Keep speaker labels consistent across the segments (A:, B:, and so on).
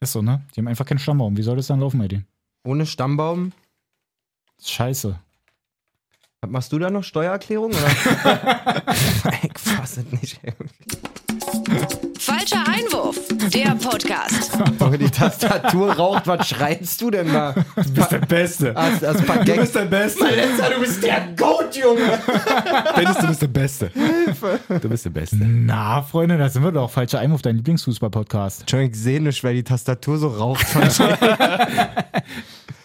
A: Ist so, ne? Die haben einfach keinen Stammbaum. Wie soll das dann laufen bei denen?
B: Ohne Stammbaum?
A: Scheiße.
B: Was Machst du da noch Steuererklärung? Oder? ich fass es nicht.
C: Falscher Einwurf, der Podcast.
B: Junge, die Tastatur raucht. Was schreibst du denn da?
A: Du bist der Beste.
B: Ah, das ist ein paar Gags.
A: der Beste.
B: Letzter, du bist der Goat, Junge.
D: Dennis, du bist der Beste. Hilfe. Du bist der Beste.
A: Na, Freunde, da sind wir doch. Falscher Einwurf, dein Lieblingsfußball-Podcast.
B: Entschuldigung, ich sehe nicht, weil die Tastatur so raucht.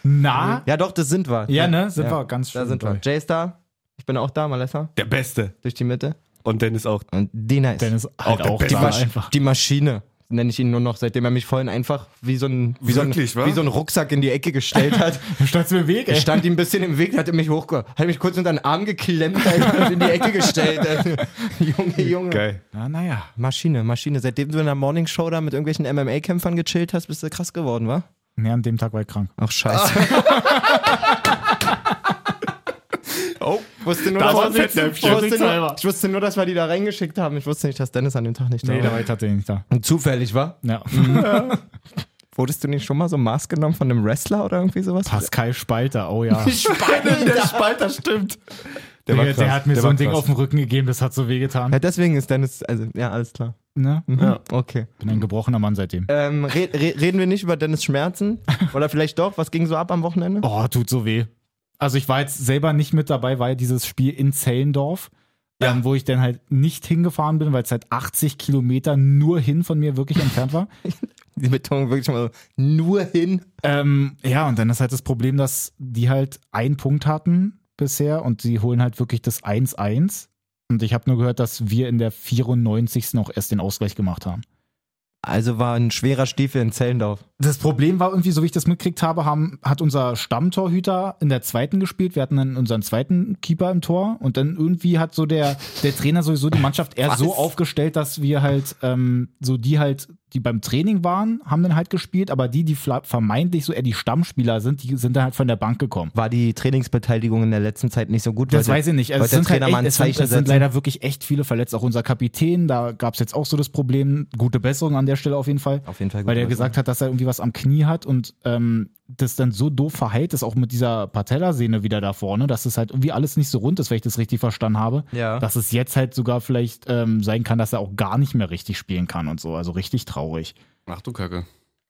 A: Na?
B: ja, doch, das sind wir.
A: Ja, ne? Sind
B: Ja,
A: wir ganz schön.
B: Da sind wir.
A: bei.
B: Jay ist da. Ich bin auch da, Malessa.
D: Der Beste.
B: Durch die Mitte.
D: Und Dennis auch.
B: Und Dina ist.
A: Dennis halt
D: der
A: auch,
D: Beste.
A: die
B: die,
A: war
B: Masch
A: einfach.
B: die Maschine nenne ich ihn nur noch, seitdem er mich vorhin einfach wie so ein, wie
D: Wirklich,
B: so
D: wa?
B: ein, wie so ein Rucksack in die Ecke gestellt hat.
A: Statt im Weg,
B: Ich
A: ey.
B: stand ihm ein bisschen im Weg, hat er mich hochge... hat mich kurz unter den Arm geklemmt Alter, und in die Ecke gestellt. Alter. Junge, Junge.
D: Geil.
A: Na, naja.
B: Maschine, Maschine. Seitdem du in der Morning Show da mit irgendwelchen MMA-Kämpfern gechillt hast, bist du krass geworden, wa?
A: Ne, an dem Tag war ich krank.
B: Ach, scheiße.
D: Oh,
B: wusste nur,
D: Da
B: dass-
D: war ein Fettnäpfchen.
B: ich, wusste
A: Sitzhalber.
B: nur, ich wusste nur, dass wir die da reingeschickt haben. Ich wusste nicht, dass Dennis an dem Tag nicht da
A: Nee, da
B: war.
A: war ich tatsächlich nicht da. Mhm.
B: Und Zufällig, wa?
A: Ja.
B: Wurdest du nicht schon mal so Maß genommen von einem Wrestler oder irgendwie sowas?
A: Pascal Spalter, oh ja.
D: der Spalter stimmt. Der,
A: Der, der hat mir so
D: war
A: ein Ding
D: krass.
A: auf den Rücken gegeben, das hat so wehgetan.
B: Ja, deswegen ist Dennis, also, ja, alles klar.
A: Ne?
B: Ja. Okay.
A: Bin ein gebrochener Mann seitdem.
B: Ähm, re re reden wir nicht über Dennis Schmerzen? Oder vielleicht doch? Was ging so ab am Wochenende?
A: Oh, tut so weh. Also ich war jetzt selber nicht mit dabei, weil dieses Spiel in Zellendorf, ähm, wo ich dann halt nicht hingefahren bin, weil es halt 80 Kilometer nur hin von mir wirklich entfernt war.
B: Die Betonung wirklich mal so, nur hin.
A: Ähm, ja, und dann ist halt das Problem, dass die halt einen Punkt hatten bisher und sie holen halt wirklich das 1-1. Und ich habe nur gehört, dass wir in der 94. noch erst den Ausgleich gemacht haben.
B: Also war ein schwerer Stiefel in Zellendorf.
A: Das Problem war irgendwie, so wie ich das mitgekriegt habe, haben, hat unser Stammtorhüter in der zweiten gespielt. Wir hatten dann unseren zweiten Keeper im Tor und dann irgendwie hat so der, der Trainer sowieso die Mannschaft eher so
B: Was?
A: aufgestellt, dass wir halt ähm, so die halt, die beim Training waren, haben dann halt gespielt, aber die, die fla- vermeintlich so eher die Stammspieler sind, die sind dann halt von der Bank gekommen.
B: War die Trainingsbeteiligung in der letzten Zeit nicht so gut?
A: Das
B: Wollte-
A: weiß ich nicht. Also
B: wollte
A: es sind,
B: der
A: halt
B: Trainer
A: echt,
B: mal ein
A: es, sind,
B: Zeichen
A: es sind
B: setzen?
A: leider wirklich echt viele verletzt. Auch unser Kapitän, da gab es jetzt auch so das Problem. Gute Besserung an der Stelle auf jeden Fall.
B: Auf jeden Fall.
A: Weil der
B: gut.
A: gesagt hat, dass er irgendwie was am Knie hat und ähm, das dann so doof verheilt ist, auch mit dieser Patellasehne wieder da vorne, dass es halt irgendwie alles nicht so rund ist, wenn ich das richtig verstanden habe.
B: Ja.
A: Dass es jetzt halt sogar vielleicht ähm, sein kann, dass er auch gar nicht mehr richtig spielen kann und so. Also richtig traurig.
D: Ach du Kacke.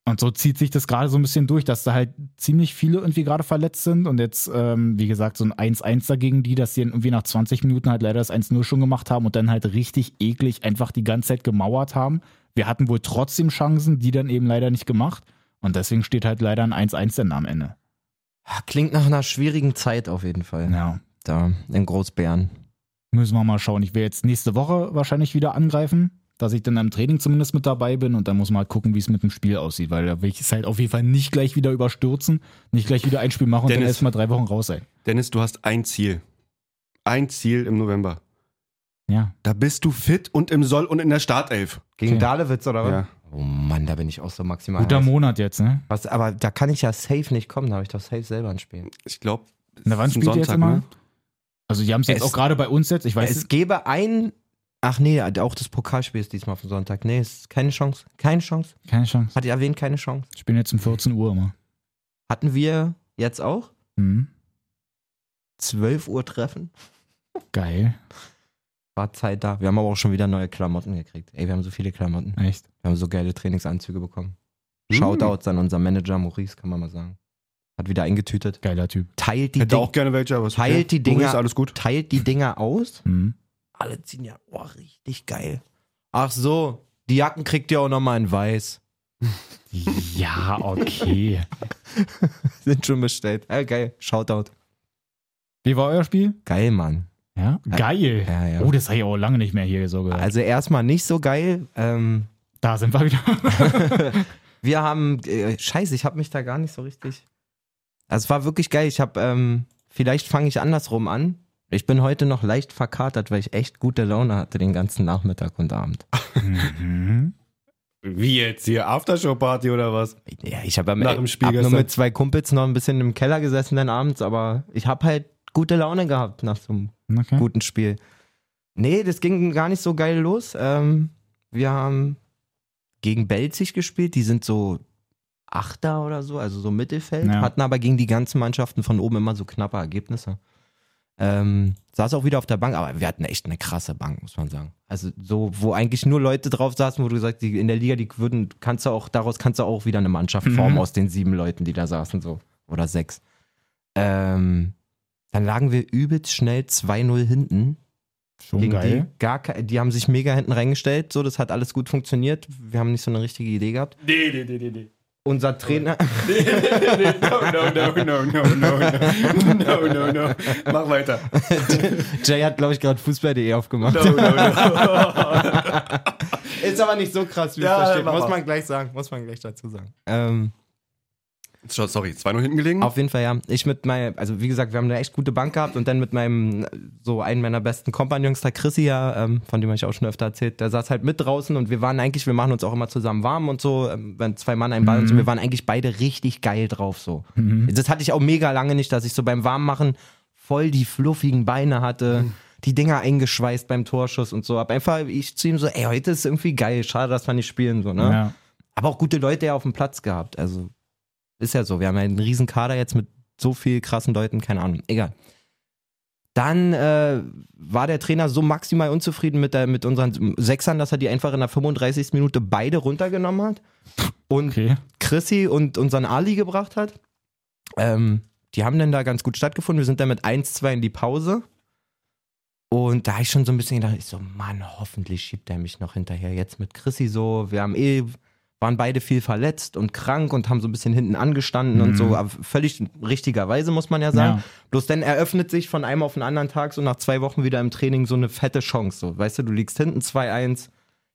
A: Und so zieht sich das gerade so ein bisschen durch, dass da halt ziemlich viele irgendwie gerade verletzt sind und jetzt, ähm, wie gesagt, so ein 1-1 dagegen die, dass sie dann irgendwie nach 20 Minuten halt leider das 1-0 schon gemacht haben und dann halt richtig eklig einfach die ganze Zeit gemauert haben. Wir hatten wohl trotzdem Chancen, die dann eben leider nicht gemacht. Und deswegen steht halt leider ein 1-1 dann am Ende.
B: Ah, Klingt nach einer schwierigen Zeit auf jeden Fall.
A: Ja,
B: Da, in Großbären.
A: müssen wir mal schauen. Ich werde jetzt nächste Woche wahrscheinlich wieder angreifen, dass ich dann am Training zumindest mit dabei bin und dann muss man halt gucken, wie es mit dem Spiel aussieht, weil da will ich es halt auf jeden Fall nicht gleich wieder überstürzen, nicht gleich wieder ein Spiel machen und dann
D: Dennis.
A: erstmal drei Wochen raus sein.
D: Dennis, du hast ein Ziel. Ein Ziel im November.
A: Ja.
D: Da bist du fit und im Soll und in der Startelf.
B: Gegen
A: Okay.
B: Dalewitz oder was?
D: Ja.
B: Oh Mann, da bin ich auch so maximal.
A: Guter
B: heiß.
A: Monat jetzt, ne?
B: Was, aber da kann ich ja safe nicht kommen, da habe ich doch safe selber ein Spiel.
D: Ich glaube,
A: Na, wann spielt ihr jetzt
D: ne?
A: immer? Also, die haben es jetzt
B: Es-
A: auch gerade bei uns jetzt. Ich weiß,
B: Es gäbe ein. Ach nee, auch das Pokalspiel ist diesmal auf dem Sonntag. Nee, ist keine Chance. Keine Chance.
A: keine Chance.
B: Hat ihr erwähnt, keine Chance.
A: Ich spiele jetzt um 14 Uhr immer.
B: Hatten wir jetzt auch
A: Mhm.
B: 12 Uhr Treffen?
A: Geil.
B: War Zeit da. Wir haben aber auch schon wieder neue Klamotten gekriegt. Ey, wir haben so viele Klamotten.
A: Echt.
B: Wir haben so geile Trainingsanzüge bekommen.
D: Mm.
B: Shoutouts an unseren Manager Maurice, kann man mal sagen. Hat wieder eingetütet.
A: Geiler Typ.
B: Teilt die,
D: Hätte
B: Ding,
D: auch gerne welche, aber ist
B: Teilt die Dinger-
D: Maurice, alles gut.
B: teilt die Dinger aus.
A: Mhm.
B: Alle ziehen ja, oh, richtig geil. Ach so, die Jacken kriegt ihr auch nochmal in weiß.
A: Ja, okay.
B: Sind schon bestellt. Ja, geil. Shoutout.
A: Wie war euer Spiel?
B: Geil, Mann.
A: Ja. Geil.
B: Ja, ja.
A: Oh, das habe ich auch lange nicht mehr hier so gehört.
B: Also erstmal nicht so geil. Ähm,
A: da sind wir wieder.
B: wir haben, äh, scheiße, ich habe mich da gar nicht so richtig. Also es war wirklich geil. Ich habe, ähm, vielleicht fange ich andersrum an. Ich bin heute noch leicht verkatert, weil ich echt gute Laune hatte den ganzen Nachmittag und Abend.
A: mhm.
D: Wie jetzt hier? Aftershow-Party oder was?
B: Ja, ich habe am
D: Nach dem
B: hab
D: Spiel
B: nur
D: gestern.
B: mit zwei Kumpels noch ein bisschen im Keller gesessen dann abends, aber ich habe halt gute Laune gehabt nach so einem
A: Okay.
B: guten Spiel. Nee, das ging gar nicht so geil los. Ähm, wir haben gegen Belzig gespielt. Die sind so Achter oder so, also so Mittelfeld.
A: Ja.
B: Hatten aber gegen die ganzen Mannschaften von oben immer so knappe Ergebnisse. Ähm, saß auch wieder auf der Bank, aber wir hatten echt eine krasse Bank, muss man sagen. Also so, wo eigentlich nur Leute drauf saßen, wo du gesagt die in der Liga, die würden, kannst du auch, daraus kannst du auch wieder eine Mannschaft
A: Mhm.
B: formen aus den sieben Leuten, die da saßen, so. Oder sechs. Ähm, dann lagen wir übelst schnell 2-0 hinten
A: Schon
B: gegen
A: Oh, geil.
B: Die, gar, ke- die haben sich mega hinten reingestellt, so, das hat alles gut funktioniert. Wir haben nicht so eine richtige Idee gehabt.
D: Nee, nee, nee, nee, nee.
B: Unser Trainer,
D: Nee, nee, nee, no, no, no, no, no, no, no, no, no, no. Mach weiter.
B: Jay hat, glaube ich, gerade Fußball.de aufgemacht.
D: No, no, no.
B: Ist aber nicht so krass, wie
D: Ja,
B: es da steht.
D: mach
B: Muss
D: mal.
B: man gleich sagen, muss man gleich dazu sagen. Ähm,
D: So, Sorry, 2-0 hinten gelegen?
B: Auf jeden Fall, ja. Ich mit meinem, also wie gesagt, wir haben eine echt gute Bank gehabt und dann mit meinem, so einen meiner besten Kompagnons, der Chrissy, ja, ähm, von dem hab ich auch schon öfter erzählt, der saß halt mit draußen und wir waren eigentlich, wir machen uns auch immer zusammen warm und so, ähm, wenn zwei Mann einen Ball und so, wir waren eigentlich beide richtig geil drauf so.
A: Mhm.
B: Das hatte ich auch mega lange nicht, dass ich so beim Warmmachen voll die fluffigen Beine hatte. Die Dinger eingeschweißt beim Torschuss und so. Hab einfach, ich zu ihm so, ey, heute ist irgendwie geil. Schade, dass wir nicht spielen, so, ne?
A: Ja.
B: aber auch gute Leute ja auf dem Platz gehabt. Also ist ja so. Wir haben ja einen riesen Kader jetzt mit so viel krassen Leuten, keine Ahnung. Egal. Dann äh, war der Trainer so maximal unzufrieden mit, der, mit unseren Sechsern, dass er die einfach in der 35. Minute beide runtergenommen hat und
A: Okay.
B: Chrissy und unseren Ali gebracht hat. Ähm, die haben dann da ganz gut stattgefunden. Wir sind dann mit 1-2 in die Pause. Und da hab ich schon so ein bisschen gedacht, ich so, Mann, hoffentlich schiebt er mich noch hinterher. Jetzt mit Chrissy so, wir haben eh, waren beide viel verletzt und krank und haben so ein bisschen hinten angestanden und
A: Mhm.
B: so, aber völlig richtigerweise, muss man ja sagen. Bloß dann eröffnet sich von einem auf den anderen Tag so nach zwei Wochen wieder im Training so eine fette Chance. So, weißt du, du liegst hinten 2-1. Ich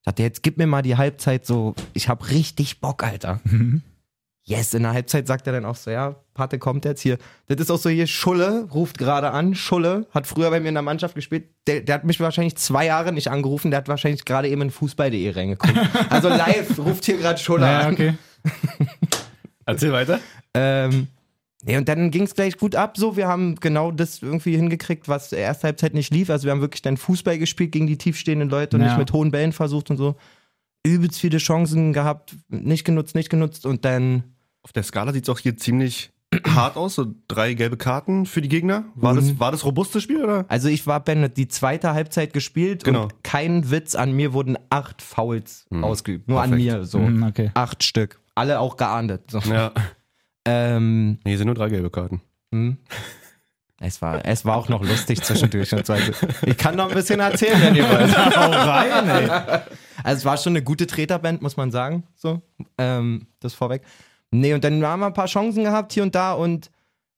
B: dachte, jetzt gib mir mal die Halbzeit so, ich hab richtig Bock, Alter yes, in der Halbzeit sagt er dann auch so, ja, Pate kommt jetzt hier. Das ist auch so hier, Schulle ruft gerade an. Schulle hat früher bei mir in der Mannschaft gespielt. Der, der hat mich wahrscheinlich zwei Jahre nicht angerufen. Der hat wahrscheinlich gerade eben in Fußball.de reingeguckt. Also live ruft hier gerade Schulle
A: Ja,
B: an.
A: okay.
D: Erzähl weiter.
B: Ähm, nee, und dann ging es gleich gut ab. So, wir haben genau das irgendwie hingekriegt, was erste Halbzeit nicht lief. Also wir haben wirklich dann Fußball gespielt gegen die tiefstehenden Leute und
A: Ja.
B: nicht mit hohen Bällen versucht und so. Übelst viele Chancen gehabt, nicht genutzt, nicht genutzt und dann
D: Auf der Skala sieht es auch hier ziemlich hart aus. So drei gelbe Karten für die Gegner. War, das, war das robustes Spiel oder?
B: Also ich war Bennett die zweite Halbzeit gespielt
D: Genau.
B: und kein Witz, an mir wurden acht Fouls
D: Mhm.
B: ausgeübt. Nur an
D: Perfekt.
B: mir so.
A: Mhm, okay.
B: Acht Stück. Alle auch geahndet. So.
D: Ja.
B: Ähm,
D: Nee, sind nur drei gelbe Karten.
B: hm. es, war, es war auch noch lustig zwischendurch. Und so. Also ich kann noch ein bisschen erzählen, wenn ihr wollt. Also es war schon eine gute Treterband, muss man sagen. So, ähm, das vorweg. Nee, und dann haben wir ein paar Chancen gehabt hier und da und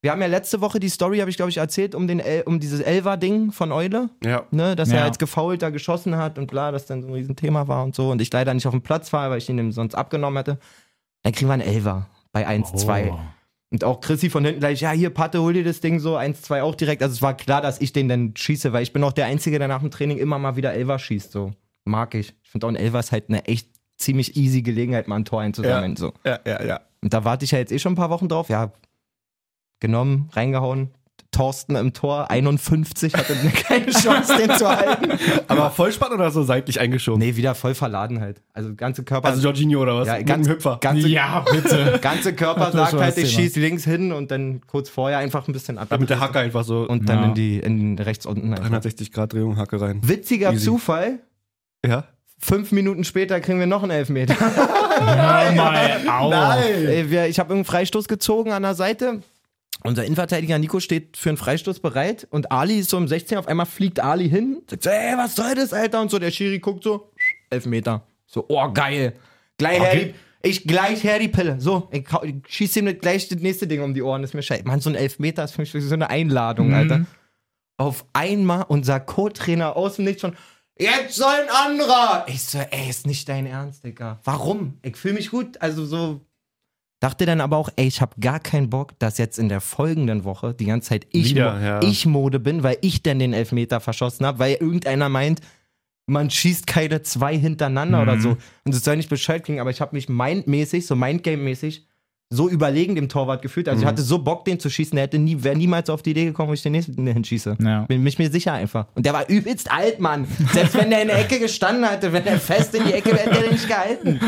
B: wir haben ja letzte Woche die Story, habe ich glaube ich erzählt, um, den El um dieses Elva-Ding von Eule.
D: Ja.
B: ne, dass er
A: Ja.
B: als gefault da geschossen hat und bla, das dann so ein Riesenthema war und so. Und ich leider nicht auf dem Platz war, weil ich ihn ihm sonst abgenommen hätte. Dann kriegen wir einen Elfer bei 1-2.
A: Oh.
B: Und auch Chrissy von hinten gleich, ja, hier, Patte, hol dir das Ding so, 1-2 auch direkt. Also es war klar, dass ich den dann schieße, weil ich bin auch der Einzige, der nach dem Training immer mal wieder Elfer schießt. So, mag ich. Ich finde auch ein Elfer ist halt eine echt ziemlich easy Gelegenheit, mal ein Tor einzusammeln. So.
D: Ja, ja, ja.
B: Und da warte ich ja jetzt eh schon ein paar Wochen drauf. Ja, genommen, reingehauen. Thorsten im Tor, 51, hatte keine Chance, den zu halten.
D: Aber voll spannend oder so seitlich eingeschoben?
B: Nee, wieder voll verladen halt. Also ganze Körper.
D: Um Also Jorginho oder was?
B: ja,
D: Mit
B: ganz,
D: einem Hüpfer.
B: Ganze,
A: Ja, bitte.
B: ganze Körper
A: Das war
B: sagt
A: schon
B: halt,
A: das
B: ich
A: Thema.
B: schieß links hin und dann kurz vorher einfach ein bisschen ab.
D: Damit der Hacker einfach so
B: und dann
A: Ja.
B: in die in rechts unten. Einfach.
D: 360 Grad Drehung Hacke rein.
B: Witziger
D: Easy.
B: Zufall.
D: Ja.
B: Fünf Minuten später kriegen wir noch einen Elfmeter.
A: Hör mal auf.
B: Ey, wir, ich habe irgendeinen Freistoß gezogen an der Seite. Unser Innenverteidiger Nico steht für einen Freistoß bereit und Ali ist so im 16. Auf einmal fliegt Ali hin, sagt so, ey, was soll das, Alter? Und so, der Schiri guckt so, Elfmeter. So, oh, geil. Gleich her die, ich gleich her die Pille. So, ich, hau- ich schieß ihm gleich das nächste Ding um die Ohren. Ist mir scheiße. Mann, so ein Elfmeter ist für mich so eine Einladung, Alter. Auf einmal unser Co-Trainer aus dem Nichts schon, jetzt soll ein anderer. Ich so, ey, ist nicht dein Ernst, Digga. Warum? Ich fühle mich gut. Also so, Dachte dann aber auch, ey, ich habe gar keinen Bock, dass jetzt in der folgenden Woche die ganze Zeit ich,
D: Wieder,
B: Mo
D: ja.
B: ich Mode bin, weil ich denn den Elfmeter verschossen habe, weil irgendeiner meint, man schießt keine zwei hintereinander
D: Mhm.
B: oder so. Und es soll nicht Bescheid klingen, aber ich habe mich mindmäßig, so mindgame-mäßig, so überlegen dem Torwart gefühlt.
D: Mhm.
B: Also ich hatte so Bock, den zu schießen, der hätte nie, wäre niemals auf die Idee gekommen, wo ich den nächsten hinschieße.
A: Ja.
B: Bin mich mir sicher einfach. Und der war übelst alt, Mann. Selbst wenn der in der Ecke gestanden hatte, wenn er fest in die Ecke wäre, hätte er den nicht gehalten.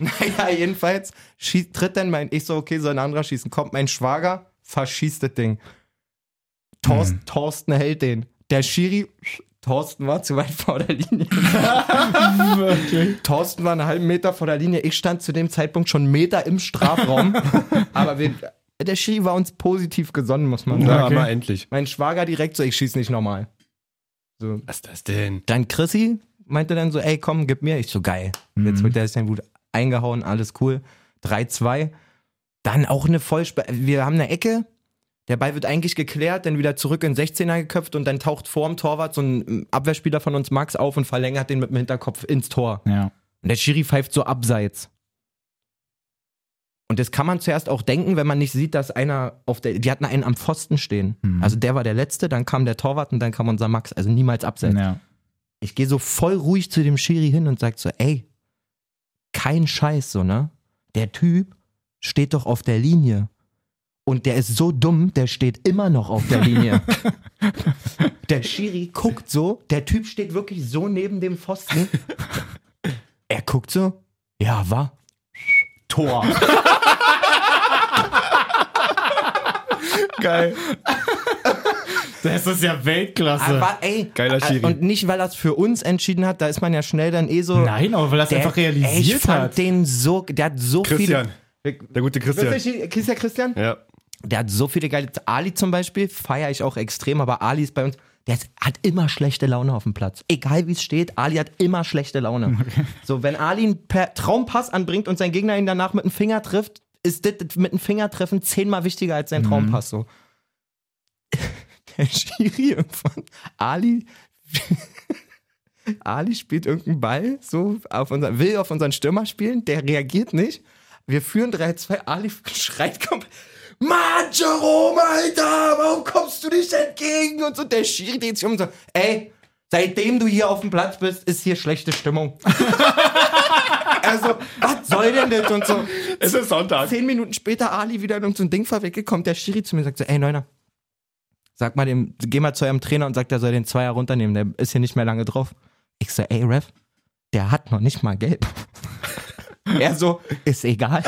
B: Naja, jedenfalls schießt, tritt dann mein, ich so, okay, soll ein anderer schießen. Kommt mein Schwager, verschießt das Ding. Thorst, Thorsten hält den. Der Schiri, Thorsten war zu weit vor der Linie.
A: Wirklich.
B: Thorsten war einen halben Meter vor der Linie. Ich stand zu dem Zeitpunkt schon einen Meter im Strafraum. Aber wir, der Schiri war uns positiv gesonnen, muss man sagen.
D: Ja,
A: okay.
D: mal endlich.
B: Mein Schwager direkt so, ich schieß nicht normal. So.
D: Was ist das denn?
B: Dann Chrissy meinte dann so, ey, komm, gib mir. Ich so, geil. Jetzt
A: Mhm.
B: wird der sich dann gut eingehauen, alles cool. 3-2. Dann auch eine Vollspe Wir haben eine Ecke. Der Ball wird eigentlich geklärt, dann wieder zurück in den 16er geköpft und dann taucht vorm Torwart so ein ähm, Abwehrspieler von uns, Max, auf und verlängert den mit dem Hinterkopf ins Tor.
A: Ja.
B: Und der Schiri pfeift so abseits. Und das kann man zuerst auch denken, wenn man nicht sieht, dass einer auf der. Die hatten einen am Pfosten stehen.
A: Mhm.
B: Also der war der Letzte, dann kam der Torwart und dann kam unser Max. Also niemals abseits.
A: ja.
B: Ich gehe so voll ruhig zu dem Schiri hin und sag so, ey, kein Scheiß, so, ne? Der Typ steht doch auf der Linie. Und der ist so dumm, der steht immer noch auf der Linie. der Schiri guckt so, der Typ steht wirklich so neben dem Pfosten. Er guckt so, ja, war. Tor.
A: Geil. Das ist ja Weltklasse.
B: Aber, ey, äh,
D: Geiler Schiri.
B: Und nicht, weil er es für uns entschieden hat, da ist man ja schnell dann eh so.
A: Nein, aber weil er es einfach
B: ey, ich
A: realisiert
B: fand
A: hat.
B: den so, der hat so
D: Christian.
B: viele.
D: Der gute Christian.
B: Christian. Christian, Christian?
D: Ja.
B: Der hat so viele geile. Ali zum Beispiel feiere ich auch extrem, aber Ali ist bei uns. Der ist, hat immer schlechte Laune auf dem Platz. Egal wie es steht, Ali hat immer schlechte Laune. So, wenn Ali einen per Traumpass anbringt und sein Gegner ihn danach mit dem Finger trifft, ist das mit dem Fingertreffen zehnmal wichtiger als sein Traumpass. So. Der Schiri irgendwann. Ali. Ali spielt irgendeinen Ball, so auf unseren, will auf unseren Stürmer spielen, der reagiert nicht. Wir führen 3-2, Ali schreit komplett. Mann, Jerome, Alter, warum kommst du nicht entgegen? Und so der Schiri dreht sich um und sagt, ey, seitdem du hier auf dem Platz bist, ist hier schlechte Stimmung. also, was soll denn das? Und so,
D: Es ist Sonntag.
B: zehn Minuten später Ali wieder in irgendein Ding verwickelt, kommt der Schiri zu mir und sagt so, ey Neuner, sag mal dem, geh mal zu eurem Trainer und sagt, er soll den Zweier runternehmen, der ist hier nicht mehr lange drauf. Ich so, ey Ref, der hat noch nicht mal gelb. er so, ist egal.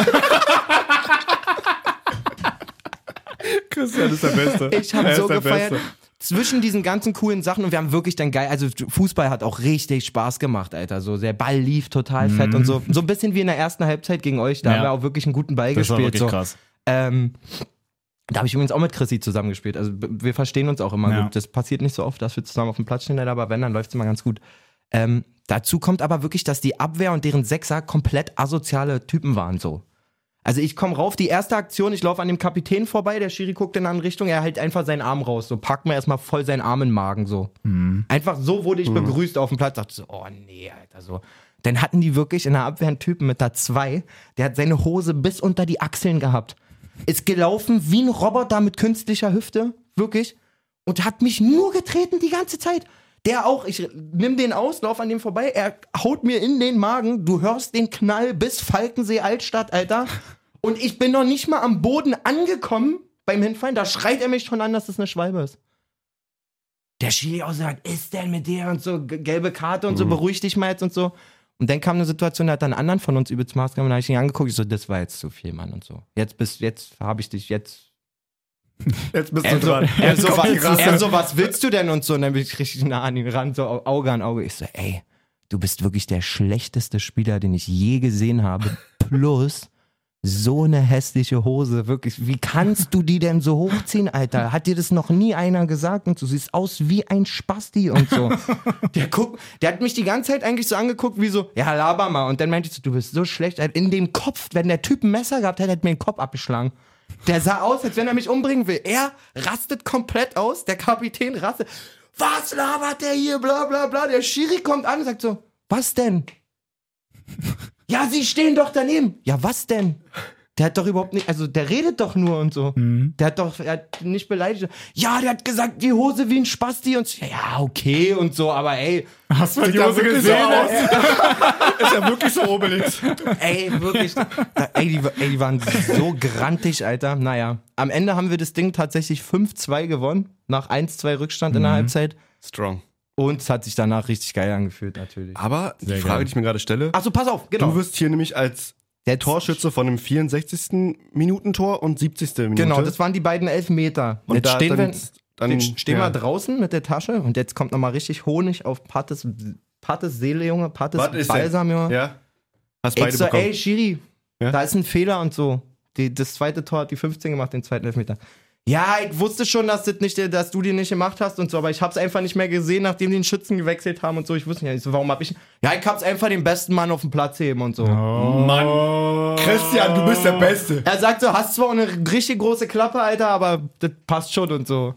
D: Christian ist der Beste.
B: Ich habe
D: Er
B: so
D: ist der
B: gefeiert.
D: Beste.
B: Zwischen diesen ganzen coolen Sachen und wir haben wirklich dann geil, also Fußball hat auch richtig Spaß gemacht, Alter. So der Ball lief total fett und so. So ein bisschen wie in der ersten Halbzeit gegen euch, da
A: Mhm. Ja.
B: haben wir auch wirklich einen guten Ball
A: Das war
B: gespielt.
A: wirklich
B: So.
A: krass.
B: Ähm, da habe ich übrigens auch mit Chrissy zusammengespielt. Also b- wir verstehen uns auch immer
A: Ja.
B: gut. Das passiert nicht so oft, dass wir zusammen auf dem Platz stehen, aber wenn, dann läuft es immer ganz gut. Ähm, dazu kommt aber wirklich, dass die Abwehr und deren Sechser komplett asoziale Typen waren so. Also ich komme rauf, die erste Aktion, ich laufe an dem Kapitän vorbei, der Schiri guckt in eine andere Richtung, er hält einfach seinen Arm raus, so packt mir erstmal voll seinen Arm in den Magen so. Einfach so wurde ich begrüßt auf dem Platz. Dachte so, oh nee, Alter, so. Dann hatten die wirklich in der Abwehr einen Typen mit der 2, der hat seine Hose bis unter die Achseln gehabt. Ist gelaufen wie ein Roboter mit künstlicher Hüfte, wirklich. Und hat mich nur getreten die ganze Zeit. Der auch, ich nimm den aus, lauf an dem vorbei, er haut mir in den Magen, du hörst den Knall bis Falkensee Altstadt, Alter. Und ich bin noch nicht mal am Boden angekommen beim Hinfallen, da schreit er mich schon an, dass es eine Schwalbe ist der Schiri auch so sagt, ist denn mit dir und so, g- gelbe Karte und so, beruhig dich mal jetzt und so. Und dann kam eine Situation, da hat dann einen anderen von uns übelst Maß genommen, da habe ich ihn angeguckt, ich so, das war jetzt zu viel, Mann und so. Jetzt bist, jetzt habe ich dich, jetzt.
D: Jetzt bist du
B: Er so,
D: dran.
B: er, so,
D: Jetzt kommt die
B: was,
D: Rasse.
B: er so, was willst du denn und so. Und dann bin ich richtig nah an ihn ran, so au- Auge an Auge. Ich so, ey, du bist wirklich der schlechteste Spieler, den ich je gesehen habe. Plus so eine hässliche Hose, wirklich. Wie kannst du die denn so hochziehen, Alter? Hat dir das noch nie einer gesagt? Und du siehst aus wie ein Spasti und so. Der, guck, der hat mich die ganze Zeit eigentlich so angeguckt, wie so, ja, laber mal. Und dann meinte ich so, du bist so schlecht. Er hat In dem Kopf, wenn der Typ ein Messer gehabt hätte, hätte mir den Kopf abgeschlagen. Der sah aus, als wenn er mich umbringen will. Er rastet komplett aus, der Kapitän rastet. Was labert der hier? Bla bla bla. Der Schiri kommt an und sagt so, was denn? Ja, sie stehen doch daneben. Ja, was denn? Der hat doch überhaupt nicht, also der redet doch nur und so. Der hat doch, er hat nicht beleidigt. Ja, der hat gesagt, die Hose wie ein Spasti und so. Ja, okay und so, aber ey,
A: Hast du mal die
D: da
A: Hose
D: wirklich
A: gesehen?
D: so
A: ey?
D: aus? Ist ja wirklich so Obelix.
B: ey, wirklich. Da, ey, die, ey, die waren so grantig, Alter. Naja, am Ende haben wir das Ding tatsächlich 5-2 gewonnen, nach 1-2 Rückstand
E: Mhm.
B: in der Halbzeit.
D: Strong.
B: Und es hat sich danach richtig geil angefühlt, natürlich.
D: Aber die
A: Sehr
D: Frage,
A: geil.
D: die ich mir gerade stelle,
B: Achso, pass auf, genau.
D: du wirst hier nämlich als
B: Der
E: Torschütze von dem 64. Minutentor und 70. Minute.
B: Genau, das waren die beiden Elfmeter.
E: und
B: jetzt
E: da,
B: stehen,
E: dann,
B: wir,
E: dann,
B: jetzt stehen
E: ja.
B: wir draußen mit der Tasche und jetzt kommt nochmal richtig Honig auf Pattes, Pattes Seele, Junge, Pattes
E: Was ist denn?
B: Balsam, Junge.
E: Ja. Hast
B: Ey,
E: beide
B: so,
E: bekommen.
B: ey, Schiri,
E: Ja?
B: da ist ein Fehler und so. Die, das zweite Tor hat die 15 gemacht, den zweiten Elfmeter. Ja, ich wusste schon, dass, das nicht, dass du den nicht gemacht hast und so, aber ich hab's einfach nicht mehr gesehen, nachdem die den Schützen gewechselt haben und so. Ich wusste nicht, ich so, warum hab ich. Ja, ich hab's einfach den besten Mann auf dem Platz heben und so.
A: Oh.
E: Mann.
F: Christian, du bist der Beste.
B: Er sagt so, hast zwar eine richtig große Klappe, Alter, aber das passt schon und so.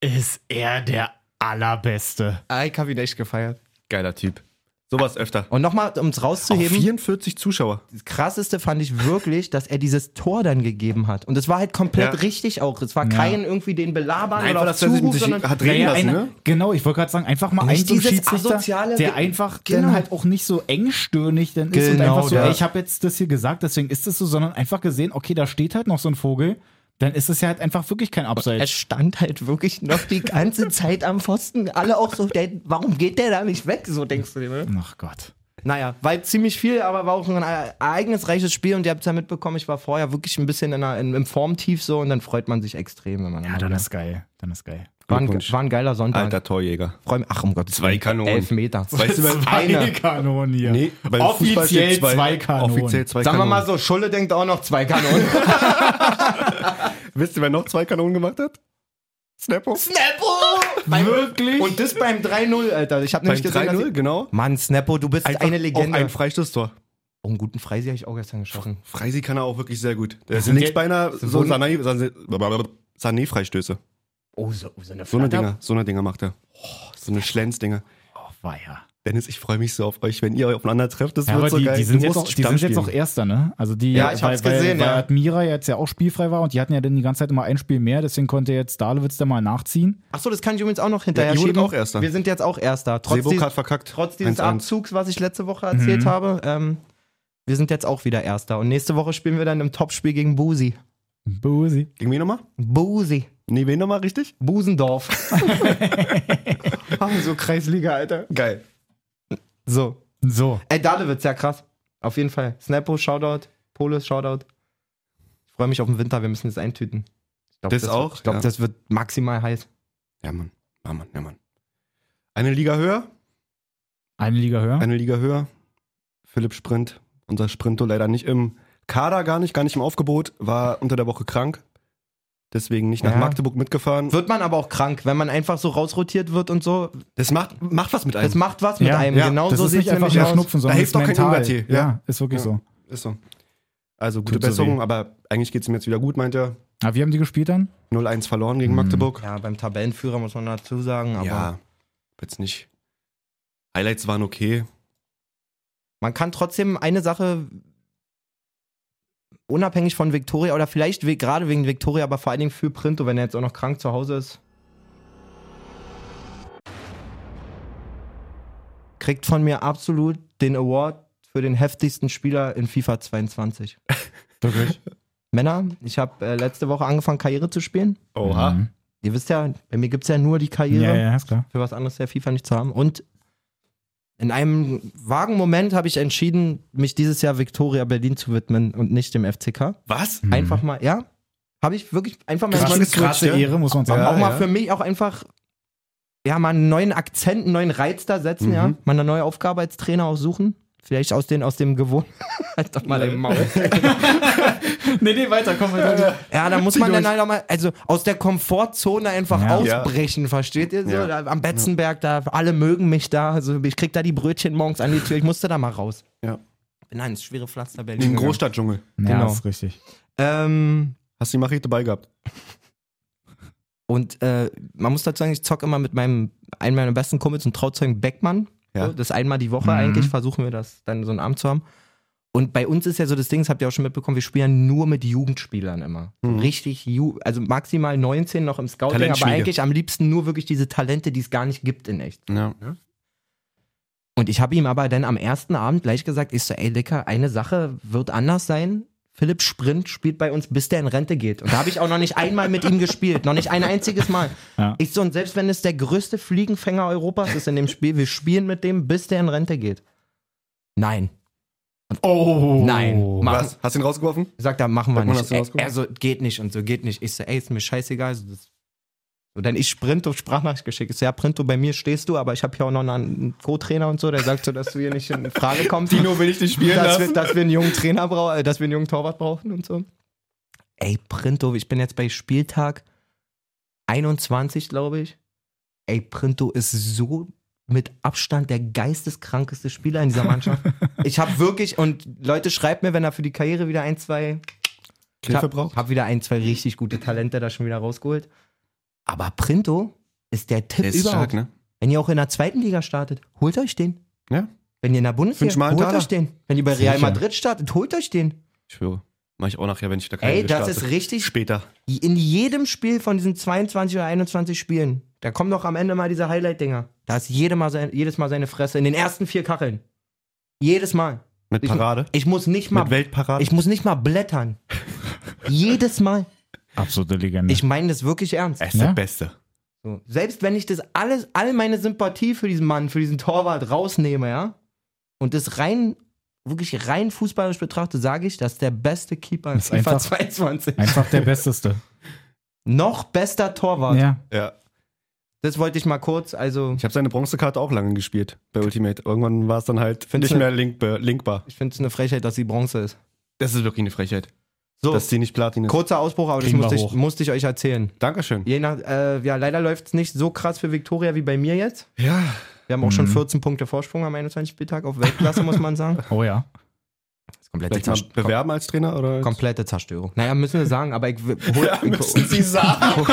A: Ist er der allerbeste.
B: Ah, ich hab ihn echt gefeiert.
E: Geiler Typ. Sowas öfter.
B: Und nochmal, um's
E: Auch
B: rauszuheben.
E: 44 Zuschauer.
B: das krasseste fand ich wirklich, dass er dieses Tor dann gegeben hat. Und es war halt komplett
E: Ja.
B: richtig auch. Es war kein irgendwie den belabern
E: Einfach,
B: oder
E: dass
B: auf
E: er sich
B: Zuruf,
E: mit sich
B: sondern
E: hat reden
A: Naja,
E: lassen,
A: einer-
E: ne?
A: Genau, ich wollte gerade sagen, einfach mal ein
B: Nicht
A: so ein
B: dieses
A: Schiedsrichter,
B: asoziale
A: der
B: Ge-
A: einfach
B: Genau.
A: dann halt auch nicht so engstirnig dann ist und
B: Genau,
A: einfach so,
B: ja.
A: ey, ich habe jetzt das hier gesagt, deswegen ist es so, sondern einfach gesehen, okay, da steht halt noch so ein Vogel, dann ist es ja halt einfach wirklich kein
E: Äh,
B: er
A: Abseits.
B: stand halt wirklich noch die ganze Zeit am Pfosten. Alle auch so, der, warum geht der da nicht weg? So denkst du dir, ne?
A: Ach Gott.
B: Naja, war ziemlich viel, aber war auch ein e-, ereignisreiches Spiel und ihr habt es ja mitbekommen, ich war vorher wirklich ein bisschen in einer, in, im Formtief so und dann freut man sich extrem, wenn man
A: Ja,
B: mal
A: dann
B: wieder-
A: ist geil. Dann ist geil.
B: war, ein,
E: Glückwunsch.
B: war ein geiler Sonntag.
E: Alter Torjäger.
B: Freu mich, ach um Gottes
E: Zwei
B: Willen.
E: Kanonen.
B: Elf Meter.
E: Weißt du, wer-
B: Eine.
A: Kanonen hier.
E: Nee, beim Fußball
A: Offiziell
E: steht
A: zwei, Kanonen.
E: Offiziell zwei
B: Sagen wir
E: Kanonen.
B: mal so, Schulle denkt auch noch zwei Kanonen.
E: Wisst ihr, wer noch zwei Kanonen gemacht hat? Snappo.
B: Snappo!
A: Wirklich?
B: Und das beim 3-0, Alter. Ich hab
E: Beim
B: nämlich gesehen,
E: 3-0, genau.
B: dass- Mann, Snappo, du bist
E: Einfach
B: eine
E: Auch
B: Legende.
E: ein Freistoßtor.
B: oh, einen guten Freisi habe ich auch gestern geschossen.
E: Freisi kann er auch wirklich sehr gut. Der ist links
A: die-
E: beinahe so
B: Wunder-
E: Sané- Sané- blablabla- Sané-Freistöße.
B: Oh, so, so eine
E: So
B: Flatter-
E: eine
B: Oh,
E: Dinger, so eine Dinger macht er. So eine Schlenz-Dinger.
A: Oh, weia.
E: Dennis, ich freue mich so auf euch, wenn ihr aufeinander trefft. Das
A: Ja,
E: wird
A: aber
E: so
A: die,
E: geil.
A: die, sind
E: Du
A: jetzt auch,
E: musst
A: die sind jetzt
E: Stamm
A: auch Erster, ne? Also die,
B: Ja, ich hab's
A: weil,
B: gesehen,
A: weil,
B: ja.
A: weil Admira jetzt ja auch spielfrei war und die hatten ja dann die ganze Zeit immer ein Spiel mehr, deswegen konnte jetzt Dalewitz da mal nachziehen.
B: Achso, das kann ich übrigens auch noch hinterher
E: Ja, ihr wurdet
B: schieben.
E: auch Erster.
B: Wir sind jetzt auch Erster. Trotz,
E: Seebruck
B: dies,
E: hat verkackt.
B: trotz dieses
E: 1-1.
B: Abzugs, was ich letzte Woche erzählt
A: Mhm.
B: habe, ähm, wir sind jetzt auch wieder Erster. Und nächste Woche spielen wir dann im Topspiel gegen Busi.
A: Busi.
E: Gegen wen nochmal?
B: Busi.
E: Nee, wen nochmal, richtig?
B: Busendorf. so Kreisliga, Alter.
E: Geil.
B: So.
A: So.
B: Ey, Dadewitz, ja krass. Auf jeden Fall. Snappo, Shoutout. Polis, Shoutout. Ich freue mich auf den Winter, wir müssen das eintüten. Ich glaub,
E: Das
B: wird-
E: auch,
B: Ich glaube,
E: ja.
B: das wird maximal heiß.
E: Ja, Mann. Ja, Mann, ja, Mann. Eine Liga höher,
A: Eine Liga höher.
E: eine Liga höher. Philipp Sprint, unser Sprinto leider nicht im Kader, gar nicht, gar nicht im Aufgebot, war unter der Woche krank. Deswegen nicht nach
B: Ja.
E: Magdeburg mitgefahren.
B: Wird man aber auch krank, wenn man einfach so rausrotiert wird und so.
E: Das macht, macht was mit einem.
B: Das macht was mit
A: Also, Ja,
B: einem.
E: ja,
B: genau
A: das
B: so
A: ist
B: sieht
A: nicht
B: es
A: einfach
B: nämlich
A: nur
B: aus.
A: Schnupfen, sondern es
E: Da hilft
A: ist
E: doch kein
A: mental.
E: Ingwer-Tee,
A: ja.
E: ja.
A: ist wirklich
E: Ja.
A: so.
E: Ist so. Also gute
A: Tut so
E: Besserung,
A: weh.
E: aber eigentlich geht es ihm jetzt wieder gut, meint er.
A: Aber wie haben die gespielt dann?
E: 0-1 verloren gegen
A: Hm.
E: Magdeburg.
B: Ja, beim Tabellenführer muss man dazu sagen, aber
E: ja, jetzt nicht. Highlights waren okay.
B: man kann trotzdem eine Sache unabhängig von Victoria oder vielleicht we gerade wegen Victoria, aber vor allen Dingen für Printo, wenn er jetzt auch noch krank zu Hause ist. Kriegt von mir absolut den Award für den heftigsten Spieler in FIFA 22.
A: Wirklich?
B: Männer, ich habe äh, letzte Woche angefangen, Karriere zu spielen.
E: Oha.
A: Mhm.
B: Ihr wisst ja, bei mir gibt es ja nur die Karriere
A: Ja, ja, ist klar.
B: für was anderes der FIFA nicht zu haben. Und in einem vagen Moment habe ich entschieden, mich dieses Jahr Victoria Berlin zu widmen und nicht dem FCK.
E: Was?
A: Mhm.
B: Einfach mal, ja, habe ich wirklich einfach mal,
E: Krass,
B: mal
A: Krasse,
E: geswitcht, ja?
A: krasse Ehre, muss man sagen.
E: Ja,
B: auch mal
E: ja.
B: für mich auch einfach ja mal einen neuen Akzent, einen neuen Reiz da setzen,
E: Mhm.
B: ja, mal eine neue Aufgabe als Trainer auch suchen. Vielleicht aus den aus dem gewohnten. halt doch mal im Maul.
A: nee, nee, weiter, komm weiter.
B: Ja, da muss man dann halt auch mal, also aus der Komfortzone einfach
A: Ja.
B: ausbrechen, versteht ihr so?
E: Ja.
B: Da, am Betzenberg, da, alle mögen mich da, also ich krieg da die Brötchen morgens an die Tür, ich musste da mal raus.
E: Ja.
B: Bin ins schwere Pflaster Berlin.
E: Neben
B: gegangen.
E: Großstadtdschungel.
A: Ja,
B: Genau.
A: ist richtig.
B: Ähm,
E: Hast du die Machete dabei gehabt?
B: und äh, man muss dazu sagen, ich zock immer mit meinem, einem meiner besten Kumpels und Trauzeugen Beckmann.
E: Ja.
B: So, das einmal die Woche
A: Mhm.
B: eigentlich, versuchen wir das dann so einen Abend zu haben. Und bei uns ist ja so das Ding, das habt ihr auch schon mitbekommen, wir spielen ja nur mit Jugendspielern immer.
E: Mhm.
B: Richtig, Ju also maximal 19 noch im Scouting, aber
E: Talentschmiede.
B: eigentlich am liebsten nur wirklich diese Talente, die es gar nicht gibt in echt.
E: Ja.
B: Und ich habe ihm aber dann am ersten Abend gleich gesagt, ich so, ey Dicker, eine Sache wird anders sein. Philipp Sprint spielt bei uns, bis der in Rente geht. Und da habe ich auch noch nicht einmal mit ihm gespielt. Noch nicht ein einziges Mal.
A: Ja.
B: Ich so, und selbst wenn es der größte Fliegenfänger Europas ist in dem Spiel, wir spielen mit dem, bis der in Rente geht. Nein.
A: Oh.
B: Nein, mach-
D: Was? Hast du ihn rausgeworfen?
B: Sagt er, machen wir
D: Hat man
B: nicht.
D: das so
B: Er,
D: rausgeholt?
B: er so, geht nicht und so, geht nicht. Ich so, ey, ist mir scheißegal. So, das so, dann ich Sprinto Sprachnachricht geschickt. Ich so, ja, Printo, bei mir stehst du, aber ich habe hier auch noch einen Co-Trainer und so, der sagt so, dass du hier nicht in Frage kommst.
D: Dino will ich nicht spielen
B: dass, wir,
D: lassen.
B: dass wir einen jungen Trainer brauchen, dass wir einen jungen Torwart brauchen und so. Ey, Printo, ich bin jetzt bei Spieltag 21, glaube ich. Ey, Printo ist so mit Abstand der geisteskrankeste Spieler in dieser Mannschaft. ich habe wirklich, und Leute, schreibt mir, wenn er für die Karriere wieder ein, zwei. Ich
D: Hilfe
B: hab,
D: braucht?
B: hab wieder ein, zwei richtig gute Talente da schon wieder rausgeholt. Aber Printo ist der Tipp
D: Der ist
B: überhaupt.
D: stark, ne?
B: Wenn ihr auch in der zweiten Liga startet, holt euch den.
D: Ja.
B: Wenn ihr in der
D: Fünf Mal
B: Bundesliga,
D: einen
B: holt
D: Taler.
B: euch den. Wenn ihr bei Real
A: Sicher.
B: Madrid startet, holt euch den.
D: Ich schwöre. Mach ich auch nachher, wenn ich wieder
B: Ey,
D: Karriere
B: das
D: starte.
B: ist richtig.
D: Später.
B: In jedem Spiel von diesen 22 oder 21 Spielen, da kommen doch am Ende mal diese Highlight-Dinger. Da ist jede mal sein, jedes Mal seine Fresse in den ersten vier Kacheln. Jedes Mal.
D: Mit
B: Ich-
D: Parade.
B: Ich muss nicht
D: Mit
B: mal,
D: Weltparade.
B: ich muss nicht mal blättern. jedes Mal.
A: Absolute Legende.
B: Ich meine das wirklich ernst.
D: er ist
A: Ja?
D: der Beste.
B: So. Selbst wenn ich das alles, all meine Sympathie für diesen Mann, für diesen Torwart rausnehme, ja, und das rein, wirklich rein fußballisch betrachte, sage ich, das ist der beste Keeper in
A: Ist
B: FIFA
A: einfach-
B: 22.
A: Einfach der Besteste.
B: Noch bester Torwart.
A: ja.
D: Ja.
B: Das wollte ich mal kurz, also
D: Ich habe seine Bronzekarte auch lange gespielt bei Ultimate. Irgendwann war es dann halt
B: Findest
D: nicht
B: du-
D: mehr link linkbar.
B: ich finde es eine Frechheit, dass sie Bronze ist.
D: Das ist wirklich eine Frechheit.
B: So,
D: Dass die nicht Platin ist.
B: kurzer Ausbruch, aber das
A: Kriegen wir
B: musste ich,
A: hoch.
B: musste ich euch erzählen.
D: Dankeschön.
B: Je nach, äh, ja, leider läuft es nicht so krass für Viktoria wie bei mir jetzt.
D: Ja.
B: Wir haben auch schon
A: Mhm.
B: 14 Punkte Vorsprung am 21. Spieltag auf Weltklasse, muss man sagen.
A: Oh ja.
B: Komplette,
D: Vielleicht mal bewerben als Trainer oder? als-
B: komplette Zerstörung. Naja, müssen wir sagen, aber ich, w- hol, Oh, ich,
G: Sie sagen.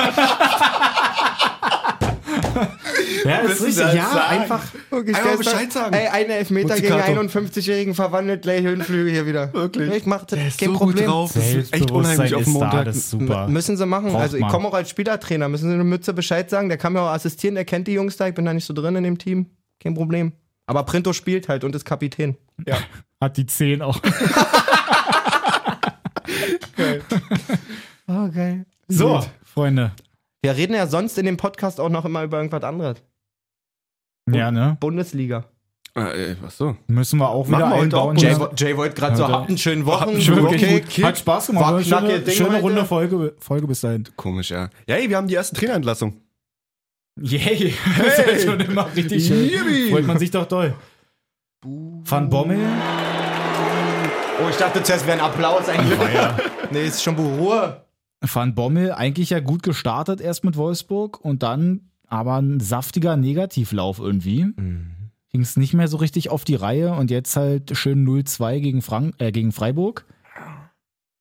A: Ja,
G: ist Müssen Sie richtig, das ja, sagen?
B: halt einfach
D: Einmal Bescheid sagen.
B: Ey, ein Elfmeter gegen
D: Muzzicato.
B: 51-Jährigen verwandelt gleich Höhenflüge hier wieder.
D: Wirklich?
B: Ich mach das,
D: Der ist
B: kein
D: so
B: Problem.
D: gut drauf. Das ist echt unheimlich
A: Selbstbewusstsein
D: auf
A: ist
D: dem
A: da,
D: Montag.
A: das ist super.
B: M- Müssen sie machen.
A: Braucht
B: also ich
A: man.
B: komme auch als Spielertrainer, müssen sie eine Mütze Bescheid sagen. Der kann mir auch assistieren, der kennt die Jungs da, ich bin da nicht so drin in dem Team. Kein Problem. Aber Printo spielt halt und ist Kapitän.
A: Hat die 10 auch.
B: Oh, geil.
A: So, Freunde.
B: Wir reden ja sonst in dem Podcast auch noch immer über irgendwas anderes.
A: Ja, ne?
B: Bundesliga.
D: Äh, ey, was so?
A: Müssen wir auch
D: Machen
A: wieder
D: wir heute
A: einbauen.
D: auch
A: Ja.
D: Jay-
B: wollte gerade
A: Ja, da-
B: einen schönen Wochen.
A: Schön,
D: Rocky
A: wirklich
D: Kick.
A: gut. Hat Spaß gemacht.
B: War
A: War eine
B: knackige
A: schöne,
B: Dinge
A: schöne
B: heute.
A: runde Folge, Folge bis dahin.
D: Komisch, ja. Ja, ey, wir haben die erste Trainerentlassung.
A: Yay. Das ist halt schon immer richtig schön.
D: Yippie.
A: Freut man sich doch doll. Van Bommel?
B: Oh, ich dachte zuerst wäre ein Applaus eigentlich. Nee, ist schon Ruhe.
A: Van Bommel eigentlich ja gut gestartet erst mit Wolfsburg und dann aber ein saftiger Negativlauf irgendwie. Ging es nicht mehr so richtig auf die Reihe und jetzt halt schön 0-2 gegen, Frank äh, gegen Freiburg.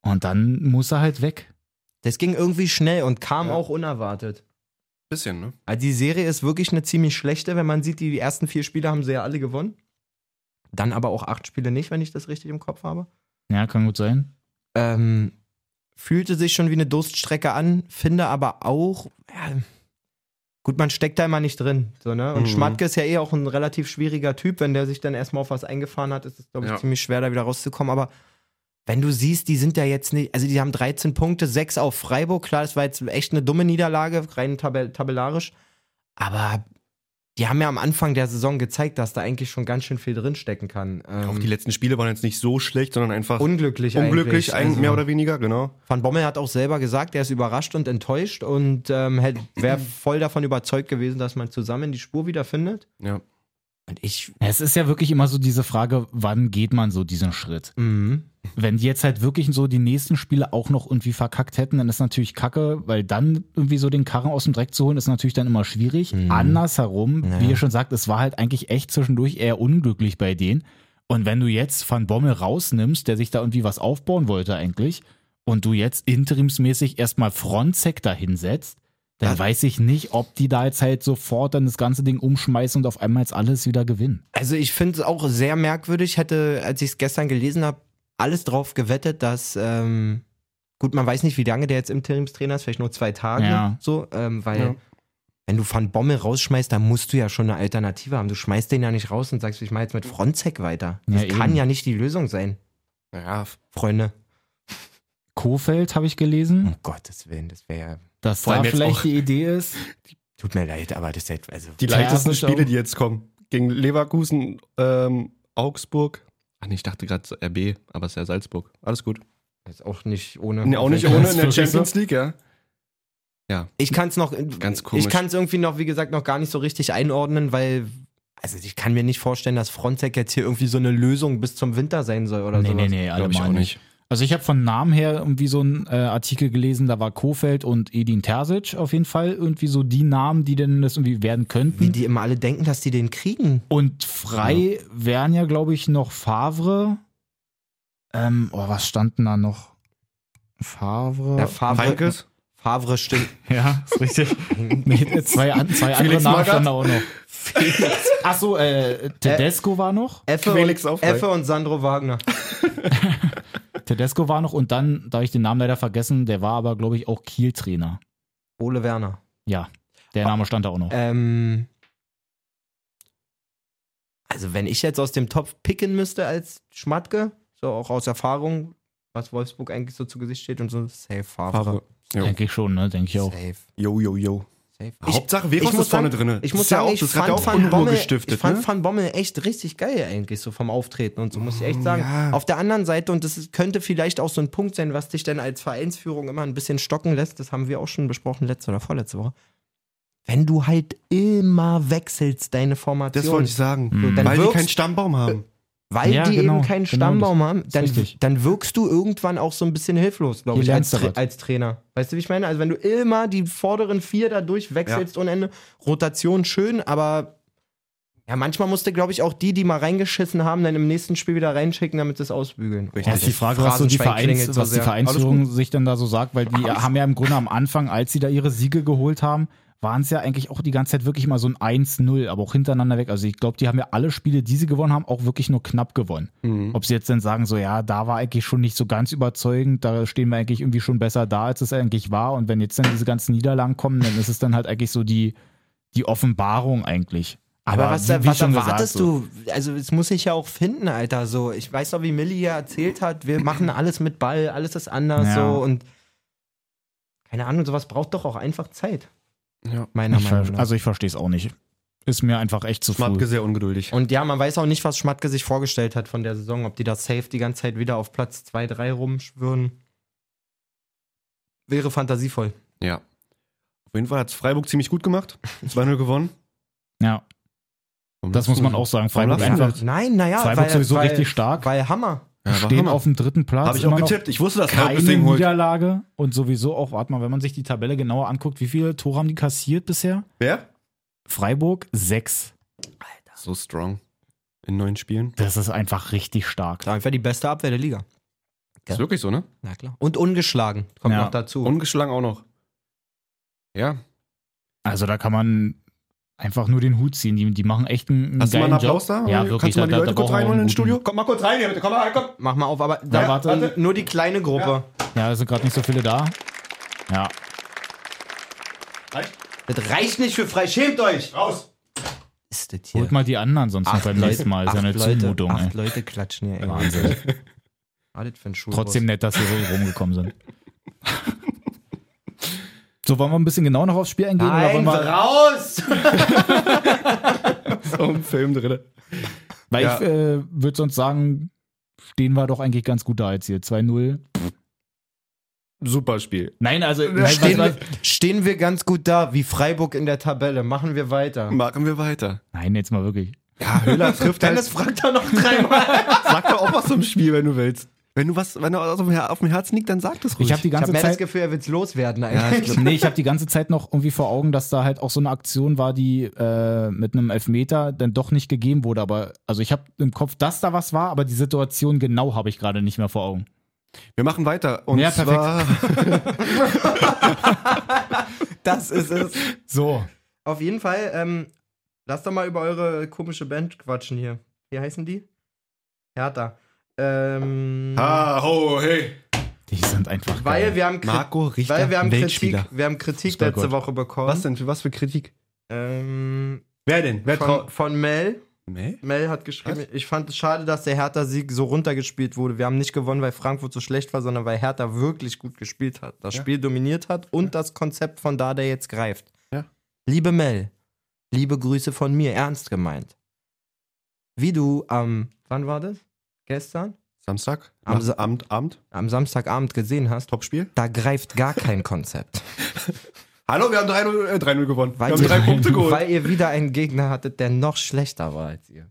A: Und dann muss er halt weg.
B: Das ging irgendwie schnell und kam
D: Ja.
B: auch unerwartet.
D: Bisschen, ne?
B: Also die Serie ist wirklich eine ziemlich schlechte, wenn man sieht, die ersten vier Spiele haben sie ja alle gewonnen. Dann aber auch acht Spiele nicht, wenn ich das richtig im Kopf habe.
A: Ja, kann gut sein.
B: Ähm, fühlte sich schon wie eine Durststrecke an, finde aber auch, ja, gut, man steckt da immer nicht drin. So, ne? Und
D: Mhm.
B: Schmatke ist ja eh auch ein relativ schwieriger Typ. Wenn der sich dann erstmal auf was eingefahren hat, ist es, glaube ich,
D: Ja.
B: ziemlich schwer, da wieder rauszukommen. Aber wenn du siehst, die sind ja jetzt nicht, also die haben 13 Punkte, 6 auf Freiburg. Klar, das war jetzt echt eine dumme Niederlage, rein tabell tabellarisch. Aber die haben ja am Anfang der Saison gezeigt, dass da eigentlich schon ganz schön viel drinstecken kann. Ähm,
D: Auch die letzten Spiele waren jetzt nicht so schlecht, sondern einfach
B: unglücklich,
D: unglücklich,
B: eigentlich.
D: ein,
B: Also-
D: mehr oder weniger, genau.
B: Van Bommel hat auch selber gesagt, er ist überrascht und enttäuscht und ähm, wäre voll davon überzeugt gewesen, dass man zusammen die Spur wiederfindet.
D: Ja.
B: Und ich.
A: Es ist ja wirklich immer so diese Frage, wann geht man so diesen Schritt?
B: Mhm.
A: wenn die jetzt halt wirklich so die nächsten Spiele auch noch irgendwie verkackt hätten, dann ist natürlich kacke, weil dann irgendwie so den Karren aus dem Dreck zu holen, ist natürlich dann immer schwierig.
B: Mhm.
A: Andersherum,
B: Ja.
A: wie ihr schon sagt, es war halt eigentlich echt zwischendurch eher unglücklich bei denen. Und wenn du jetzt Van Bommel rausnimmst, der sich da irgendwie was aufbauen wollte eigentlich, und du jetzt interimsmäßig erstmal Fronzek da hinsetzt, dann
B: Ja.
A: weiß ich nicht, ob die da jetzt halt sofort dann das ganze Ding umschmeißen und auf einmal jetzt alles wieder gewinnen.
B: Also ich finde es auch sehr merkwürdig, hätte, als ich es gestern gelesen habe, alles drauf gewettet, dass. Ähm, gut, man weiß nicht, wie lange der jetzt Interimstrainer ist, vielleicht nur zwei Tage.
A: Ja.
B: So, ähm, weil.
D: Ja.
B: Wenn du Van Bommel rausschmeißt, dann musst du ja schon eine Alternative haben. Du schmeißt den ja nicht raus und sagst, ich mache jetzt mit Fronzek weiter. Das
A: Ja,
B: kann
A: eben.
B: ja nicht die Lösung sein,
D: Naja,
B: Freunde.
A: Kofeld habe ich gelesen,
B: Um Gottes Willen, das wäre ja
A: dass
D: Hm. Vor allem
A: da
D: jetzt
A: vielleicht
D: auch-
A: die Idee ist.
B: Tut mir leid, aber das ist jetzt, also.
D: die
A: Tja,
D: leichtesten
A: ist auch-
D: Spiele, die jetzt kommen. Gegen Leverkusen, ähm, Augsburg, Ach nee, ich dachte gerade RB, aber es ist ja Salzburg. Alles gut.
B: Jetzt auch nicht ohne.
D: Nee, auch nicht
A: Das
D: ohne
A: ist
D: in der
A: wirklich
D: Champions League, ja.
B: Ich kann es noch.
D: Ganz komisch.
B: Ich kann es irgendwie noch, wie gesagt, noch gar nicht so richtig einordnen, weil. Also ich kann mir nicht vorstellen, dass Frontex jetzt hier irgendwie so eine Lösung bis zum Winter sein soll oder
A: nee,
B: sowas.
A: nee, nee, alle
D: Glaube ich
A: mal
D: auch nicht.
A: Also ich habe von Namen her irgendwie so einen äh, Artikel gelesen, da war Kofeld und Edin Terzic auf jeden Fall irgendwie so die Namen, die denn das irgendwie werden
B: Wie
A: könnten.
B: die immer alle denken, dass die den kriegen.
A: Und frei wären ja, glaube ich, noch Favre. Ähm, oh, was stand denn da noch? Favre.
B: Ja, Favre,
D: Heinkes?
B: Favre stimmt.
A: Ja, ist richtig. nee, zwei an, zwei andere Namen
D: Magath?
A: standen da auch noch. Achso, äh, Tedesco war noch.
B: Effe
D: Quelix
B: und,
D: Auftrag.
B: Effe und Sandro Wagner.
A: Tedesco war noch und dann, da hab ich den Namen leider vergessen, der war aber, glaube ich, auch Kiel-Trainer.
B: Ole Werner.
A: Ja, der Name stand da auch noch.
B: Ähm, also wenn ich jetzt aus dem Topf picken müsste als Schmatke, so auch aus Erfahrung, was Wolfsburg eigentlich so zu Gesicht steht und so, safe Favre.
D: Favre. Jo.
A: Denke ich schon, ne? Denke ich auch.
B: Safe.
D: Jo, jo, jo.
B: safe.
D: Hauptsache, Veros ist vorne drinne.
B: Ich
D: Das
B: muss
D: ist ja
B: sagen,
D: auch-
B: ich
D: das hat
B: fand,
D: ja auch
B: Van
D: Unruhe
B: Bommel, ich
D: gestiftet,
B: fand
D: ne?
B: Van Bommel echt richtig geil eigentlich, so vom Auftreten und so, muss ich echt sagen.
D: Ja.
B: Auf der anderen Seite, und das ist, könnte vielleicht auch so ein Punkt sein, was dich dann als Vereinsführung immer ein bisschen stocken lässt, das haben wir auch schon besprochen letzte oder vorletzte Woche. Wenn du halt immer wechselst, deine Formation.
D: Das wollte ich sagen.
A: Mhm.
B: dann
D: Weil die
B: wirkst-
D: keinen Stammbaum haben.
B: weil
A: Ja,
B: die
A: genau,
B: eben keinen
A: genau,
B: Stammbaum haben,
A: ist
B: dann,
A: richtig.
B: dann wirkst du irgendwann auch so ein bisschen hilflos, glaube
A: Hier
B: ich, als,
A: lernst du
B: Tra
A: was.
B: als Trainer. Weißt du, wie ich meine? Also wenn du immer die vorderen vier da durchwechselst ohne Ende, Rotation schön, aber ja, manchmal musste, glaube ich, auch die, die mal reingeschissen haben, dann im nächsten Spiel wieder reinschicken, damit sie es ausbügeln.
D: Richtig.
A: Ja, ist die Frage, was, so die
B: Phrasenschwein klingelt
A: Vereins,
B: so
A: was die
B: sehr.
A: Vereinsführung sich denn da so sagt, weil die
B: Alles-
A: haben ja im Grunde am Anfang, als sie da ihre Siege geholt haben, waren es ja eigentlich auch die ganze Zeit wirklich mal so ein 1-0, aber auch hintereinander weg. Also ich glaube, die haben ja alle Spiele, die sie gewonnen haben, auch wirklich nur knapp gewonnen.
B: Mhm.
A: Ob sie jetzt dann sagen, so ja, da war eigentlich schon nicht so ganz überzeugend, da stehen wir eigentlich irgendwie schon besser da, als es eigentlich war. Und wenn jetzt dann diese ganzen Niederlagen kommen, dann ist es dann halt eigentlich so die, die Offenbarung eigentlich.
B: Aber, was,
A: wie-
B: da-
A: wie
B: was
A: schon gesagt,
B: erwartest
A: so.
B: du? Also, es muss ich ja auch finden, Alter. So, ich weiß noch, wie Millie ja erzählt hat, wir machen alles mit Ball, alles ist anders
A: Ja.
B: so und keine Ahnung, sowas braucht doch auch einfach Zeit,
D: Ja.
B: meiner
A: Ich ver-
B: Meinung nach.
A: Also ich verstehe es auch nicht. Ist mir einfach echt zu früh.
D: Matke sehr ungeduldig.
B: und ja, man weiß auch nicht, was Schmatke sich vorgestellt hat von der Saison, ob die da safe die ganze Zeit wieder auf Platz 2, 3 rumschwirren. Wäre fantasievoll.
D: Ja. Auf jeden Fall hat es Freiburg ziemlich gut gemacht. 2-0 gewonnen.
A: Ja,
D: Warum
A: das muss
D: lachst du
A: man
D: so?
A: auch sagen.
D: Warum
A: Freiburg
D: lachst du
A: einfach.
D: denn?
B: Nein, naja,
A: Freiburg
B: weil,
A: sowieso
B: weil,
A: richtig stark.
B: weil Hammer.
D: Ja, war
A: Stehen
D: Hammer.
A: auf dem dritten Platz.
D: Habe ich auch
A: immer noch
D: getippt. Ich wusste, dass Freiburg das
A: Keine
D: Ding holt.
A: Niederlage und sowieso auch, warte mal, wenn man sich die Tabelle genauer anguckt, wie viele Tore haben die kassiert bisher?
D: Wer?
A: Freiburg sechs.
D: So strong. In neun Spielen.
A: Das ist einfach richtig stark.
B: Einfach die beste Abwehr der Liga. Ja.
E: Ist wirklich so, ne?
B: Na klar. Und ungeschlagen. Kommt
A: Ja.
B: noch dazu.
D: Ungeschlagen auch noch.
E: Ja.
A: Also da kann man einfach nur den Hut ziehen. Die, die machen echt einen, einen
D: Hast du mal
A: geilen
D: einen Applaus
A: Job.
D: da?
A: Ja,
D: Kannst
A: wirklich.
D: du mal die
A: da,
D: Leute
A: da
D: kurz
A: brauchen wir
D: reinholen
A: einen
D: ins Studio?
A: guten-
D: Komm mal kurz rein hier, bitte. Komm mal rein, komm.
B: Mach mal auf, aber da,
A: Ja, warte.
B: n- nur die kleine Gruppe.
A: Ja, es sind gerade nicht so viele da. Ja,
B: Das reicht nicht für frei. Schämt euch! Raus! Ist das hier?
A: holt mal die anderen sonst noch beim nächsten Mal. Ist ja eine
B: Leute,
A: Zumutung, ey.
B: acht Leute klatschen hier. ey.
A: Wahnsinn.
B: Was das für ein Schuh
A: Trotzdem nett, dass wir so rumgekommen sind. So, wollen wir ein bisschen genau noch aufs Spiel eingehen? oder wollen
B: Nein,
A: wir,
B: raus!
D: So ein Film drin.
A: Weil
D: Ja.
A: ich äh, würde sonst sagen, stehen wir doch eigentlich ganz gut da jetzt hier. 2-0.
D: Super Spiel.
A: Nein, also
B: Stehen,
A: nein, was, was,
B: stehen wir ganz gut da, wie Freiburg in der Tabelle. Machen wir weiter.
D: Machen wir weiter.
A: nein, jetzt mal wirklich.
D: Ja, Ah, Höhler trifft halt-
B: Dennis fragt da noch dreimal.
D: Sag doch auch was zum Spiel, wenn du willst. Wenn du was, wenn du was auf, dem, Her- auf dem Herzen liegt, dann sag das ruhig.
A: Ich habe die
B: Ich hab
A: ganze
B: mehr das
A: Zeit
B: Gefühl, er will's loswerden
D: ja,
B: eigentlich.
D: ich glaub,
A: nee, ich habe die ganze Zeit noch irgendwie vor Augen, dass da halt auch so eine Aktion war, die äh, mit einem Elfmeter dann doch nicht gegeben wurde. Aber also ich habe im Kopf, dass da was war, aber die Situation genau habe ich gerade nicht mehr vor Augen.
D: wir machen weiter. Und
A: Ja, perfekt.
D: zwar
B: Das ist es.
A: So,
B: Auf jeden Fall, ähm, lasst doch mal über eure komische Band quatschen hier. Wie heißen die? Hertha. Ähm,
D: Ah, ho, hey.
A: die sind einfach geil.
B: weil wir haben, Kri
D: Marco Richter,
B: weil wir haben Kritik,
D: Weltspieler.
B: wir haben Kritik
A: Fußballgott.
B: letzte Woche bekommen.
D: Was denn? Für was für Kritik?
B: Ähm,
D: Wer denn? Wer
B: von,
D: traut?
B: von Mel.
D: Nee?
B: Mel hat geschrieben, ich fand es schade, dass der Hertha-Sieg so runtergespielt wurde. Wir haben nicht gewonnen, weil Frankfurt so schlecht war, sondern weil Hertha wirklich gut gespielt hat, das Spiel dominiert hat und das Konzept von da, der jetzt greift.
D: Ja.
B: Liebe Mel, liebe Grüße von mir, ernst gemeint. Wie du am, wann war das? gestern,
E: Samstag?
B: Am
E: Am
B: Sa-
E: Abend, Abend?
B: am Samstagabend gesehen hast,
E: Topspiel?
B: da greift gar kein Konzept.
E: Hallo, wir haben 3-0 äh, 3-0 gewonnen.
B: Weil
E: wir haben
B: ihr,
E: drei Punkte geholt.
B: weil ihr wieder einen Gegner hattet, der noch schlechter war als ihr.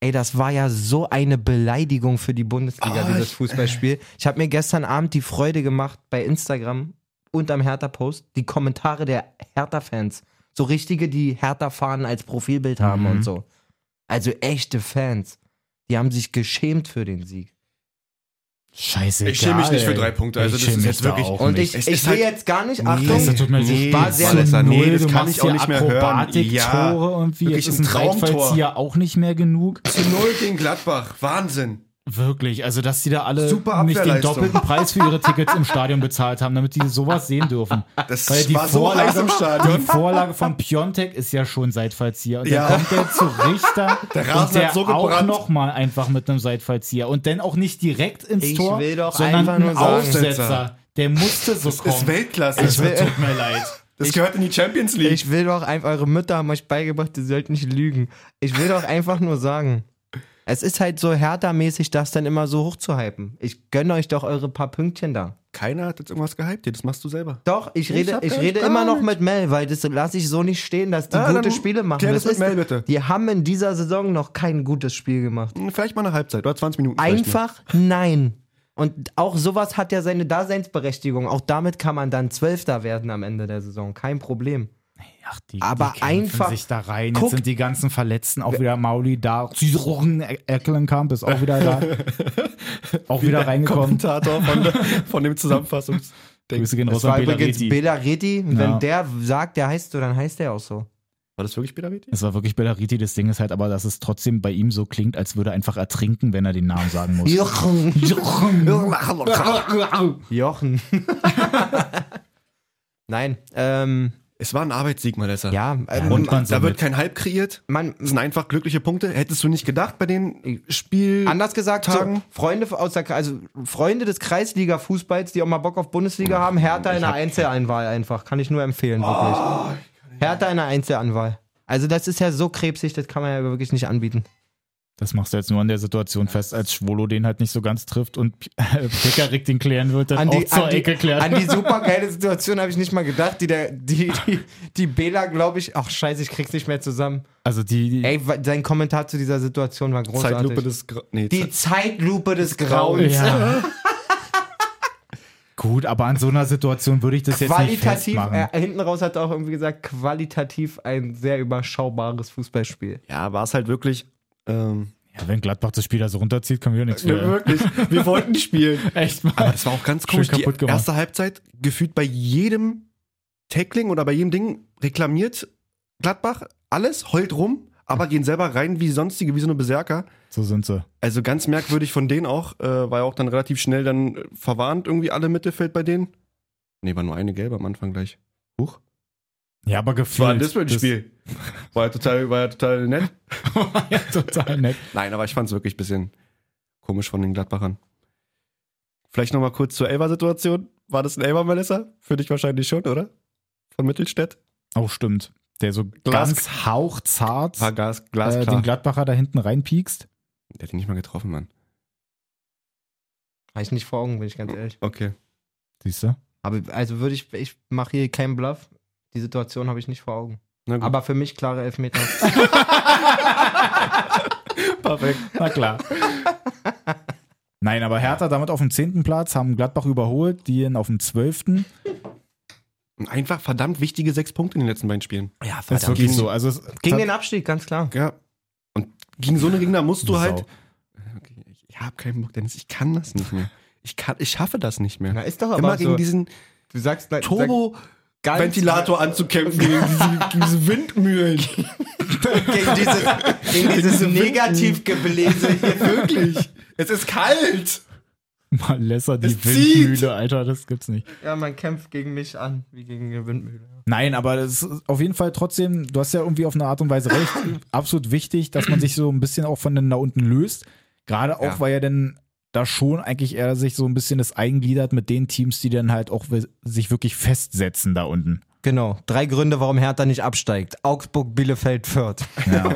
B: Ey, das war ja so eine Beleidigung für die Bundesliga,
E: Ah,
B: dieses
E: ich-
B: Fußballspiel. Ich habe mir gestern Abend die Freude gemacht, bei Instagram und am Hertha-Post die Kommentare der Hertha-Fans. So richtige, die Hertha fahren als Profilbild haben
A: Mhm.
B: und so. Also echte Fans. Die haben sich geschämt für den Sieg.
A: Scheiße.
H: Ich schäme mich nicht für drei Punkte, also
A: ich
H: das
A: schäme
H: ist
A: mich
H: jetzt
A: da
H: wirklich-
A: Auch
B: Und
A: nicht.
B: ich,
H: Es
B: ich
H: ist
B: will
H: halt-
B: jetzt gar nicht,
H: Nee,
B: Achtung,
A: das tut mir
H: Nee,
A: nee, war sehr
H: Vanessa,
A: null.
H: nee, das
A: du
H: kann
A: machst
E: ich auch
A: hier
E: nicht mehr hören.
A: Akrobatik-Tore und wie
E: Wirklich
A: ist
E: ein
A: ein Reitfeld
E: Traumtor.
A: hier auch nicht mehr genug.
E: Zu Null gegen Gladbach. Wahnsinn.
A: Wirklich, also dass die da alle
E: Super
A: nicht den
E: Abwehrleistung.
A: doppelten Preis für ihre Tickets im Stadion bezahlt haben, damit die sowas sehen dürfen.
E: Das
A: Weil die
E: war so
A: Vorlage-
E: heiß im
A: Die
E: Stadion.
A: Vorlage von Piontek ist ja schon Seitfallzieher. Und
E: Ja.
A: dann kommt der zu Richter
E: Der Rasen
A: und der
E: hat so
A: auch
E: gebrannt.
A: nochmal einfach mit einem Seitfallzieher. Und dann auch nicht direkt ins
B: Ich
A: Tor,
B: will doch
A: sondern
B: einfach nur
A: ein
B: sagen-
A: Aufsetzer. Der musste so kommen.
E: Ist Weltklasse.
A: Also, tut mir leid.
E: das gehört in die Champions League.
B: Ich will doch einfach, eure Mütter haben euch beigebracht, ihr sollt nicht lügen. Ich will doch einfach nur sagen. Es ist halt so härtermäßig, das dann immer so hochzuhypen. Ich gönne euch doch eure paar Pünktchen da.
E: Keiner hat jetzt irgendwas gehypt. Das machst du selber.
B: Doch, ich rede,
E: hab
B: ich
E: ja
B: rede
E: gar
B: immer noch
E: nicht.
B: mit Mel, weil das lasse ich so nicht stehen, dass die
E: Ah,
B: gute
E: dann
B: Spiele machen.
E: klär das mit
B: ist,
E: Mel bitte.
B: Die haben in dieser Saison noch kein gutes Spiel gemacht.
E: Hm, Vielleicht mal eine Halbzeit oder 20 Minuten. vielleicht mal.
B: Einfach nein. Und auch sowas hat ja seine Daseinsberechtigung. Auch damit kann man dann Zwölfter werden am Ende der Saison. Kein Problem.
A: Ach, die,
B: Aber
A: die kämpfen
B: einfach-
A: sich da rein. Jetzt
B: Guck-
A: sind die ganzen Verletzten auch wieder Mauli da. Cyril Ecklenkamp ist auch wieder da. auch wieder reingekommen.
E: Kommentator von, von dem Zusammenfassungs.
A: Grüße gehen
B: Das
A: raus an
B: war
A: Bela
B: übrigens
A: Reti.
B: Bela Reti. Wenn
A: Ja.
B: der sagt, der heißt so, dann heißt der auch so.
E: War das wirklich Belariti?
A: Es war wirklich Bellariti, das Ding ist halt aber, dass es trotzdem bei ihm so klingt, als würde er einfach ertrinken, wenn er den Namen sagen muss.
B: Jochen. Mhm.
A: Jochen.
B: Jochen. Nein, ähm,
E: Es war ein Arbeitssieg, Malessa.
B: ja, ähm,
A: nimmt
E: Und
A: man so
E: da wird
A: mit.
E: kein Hype kreiert.
B: man,
E: Das sind einfach glückliche Punkte. Hättest du nicht gedacht bei den Spiel.
B: anders gesagt, so,
E: Tagen.
B: Freunde aus der, also Freunde des Kreisliga-Fußballs, die auch mal Bock auf Bundesliga haben, Hertha in der Einzeleinwahl einfach, kann ich nur empfehlen, wirklich. Hertha in der Einzelanwahl. Also das ist ja so krebsig, das kann man ja wirklich nicht anbieten.
A: Das machst du jetzt nur an der Situation fest, als Schwolo den halt nicht so ganz trifft und Pekarik den klären wird, dann
B: an die,
A: auch zur
B: an die,
A: Ecke klärt.
B: An die super geile Situation habe ich nicht mal gedacht, die der, die, die, die Bela, glaube ich, ach scheiße, ich krieg's nicht mehr zusammen.
A: also die, die
B: Ey, wa- sein Kommentar zu dieser Situation war großartig.
E: Zeitlupe des. Gra nee,
B: die
E: Ze-
B: Zeitlupe des Grauens.
A: Ja. Gut, aber an so einer Situation würde ich das jetzt nicht
B: Qualitativ,
A: festmachen.
B: äh, hinten raus hat er auch irgendwie gesagt, qualitativ ein sehr überschaubares Fußballspiel.
E: ja, war es halt wirklich. Ähm,
A: ja, wenn Gladbach das Spiel da so runterzieht, können wir ja nichts mehr.
E: Wirklich. Wir wollten spielen.
A: Echt
E: Aber
A: mal.
E: das war auch ganz
A: Schön
E: komisch. Die
A: kaputt gemacht.
E: erste Halbzeit gefühlt bei jedem Tackling oder bei jedem Ding reklamiert Gladbach alles, heult rum, aber gehen selber rein wie sonstige, wie so eine Berserker.
A: So sind sie.
E: Also ganz merkwürdig von denen auch, äh, war ja auch dann relativ schnell dann äh, verwarnt irgendwie alle Mittelfeld bei denen. Nee, war nur eine gelbe am Anfang gleich. Huch.
A: Ja, aber
E: Das war ein
A: gefühlt.
E: Display-Spiel. War ja total, war ja total nett.
A: war ja total nett.
E: Nein, aber ich fand es wirklich ein bisschen komisch von den Gladbachern. Vielleicht nochmal kurz zur Elber-Situation. War das ein Elber, Melissa? Für dich wahrscheinlich schon, oder? Von Mittelstädt?
A: Auch stimmt. Der so
E: Glas-
A: ganz hauchzart
E: War Gas,
A: äh,
E: glasklar.
A: den Gladbacher da hinten reinpiekst.
E: Der hat ihn nicht mal getroffen, Mann.
B: Habe ich nicht vor Augen, bin ich ganz ehrlich.
E: Okay.
A: Siehst du?
B: Aber also würde ich, ich mache hier keinen Bluff. Die Situation habe ich nicht vor Augen.
A: Mhm.
E: Na gut.
B: Aber für mich klare Elfmeter.
E: perfekt.
A: Na klar. Nein, aber Hertha damit auf dem 10. Platz, haben Gladbach überholt, die ihn auf dem 12.
E: Einfach verdammt wichtige sechs Punkte in den letzten beiden Spielen.
B: ja,
A: Das ist wirklich so. Also es
B: Gegen den Abstieg, ganz klar.
E: Ja. Und gegen so eine Gegner musst du
A: Sau.
E: halt. Okay, ich ich hab keinen Bock, Dennis. Ich kann das nicht mehr. Ich, kann, ich schaffe das nicht mehr.
B: Na, ist doch
E: Immer
B: aber
E: gegen
B: so.
E: diesen
B: Du sagst, nein, sag- ganz-
E: Turbo-Ventilator anzukämpfen, gegen diese, gegen diese Windmühlen.
B: gegen dieses, gegen dieses Negativgebläse hier.
E: Wirklich. Es ist kalt.
A: mal lesser die
E: Es zieht.
A: Windmühle, Alter, das gibt's nicht.
B: Ja, man kämpft gegen mich an, wie gegen eine Windmühle.
A: Nein, aber das ist auf jeden Fall trotzdem, du hast ja irgendwie auf eine Art und Weise recht, absolut wichtig, dass man sich so ein bisschen auch von den da unten löst. Gerade auch,
E: Ja.
A: weil ja dann da schon eigentlich eher sich so ein bisschen das eingliedert mit den Teams, die dann halt auch we- sich wirklich festsetzen da unten.
B: Genau. Drei Gründe, warum Hertha nicht absteigt. Augsburg, Bielefeld, Fürth.
A: Ja.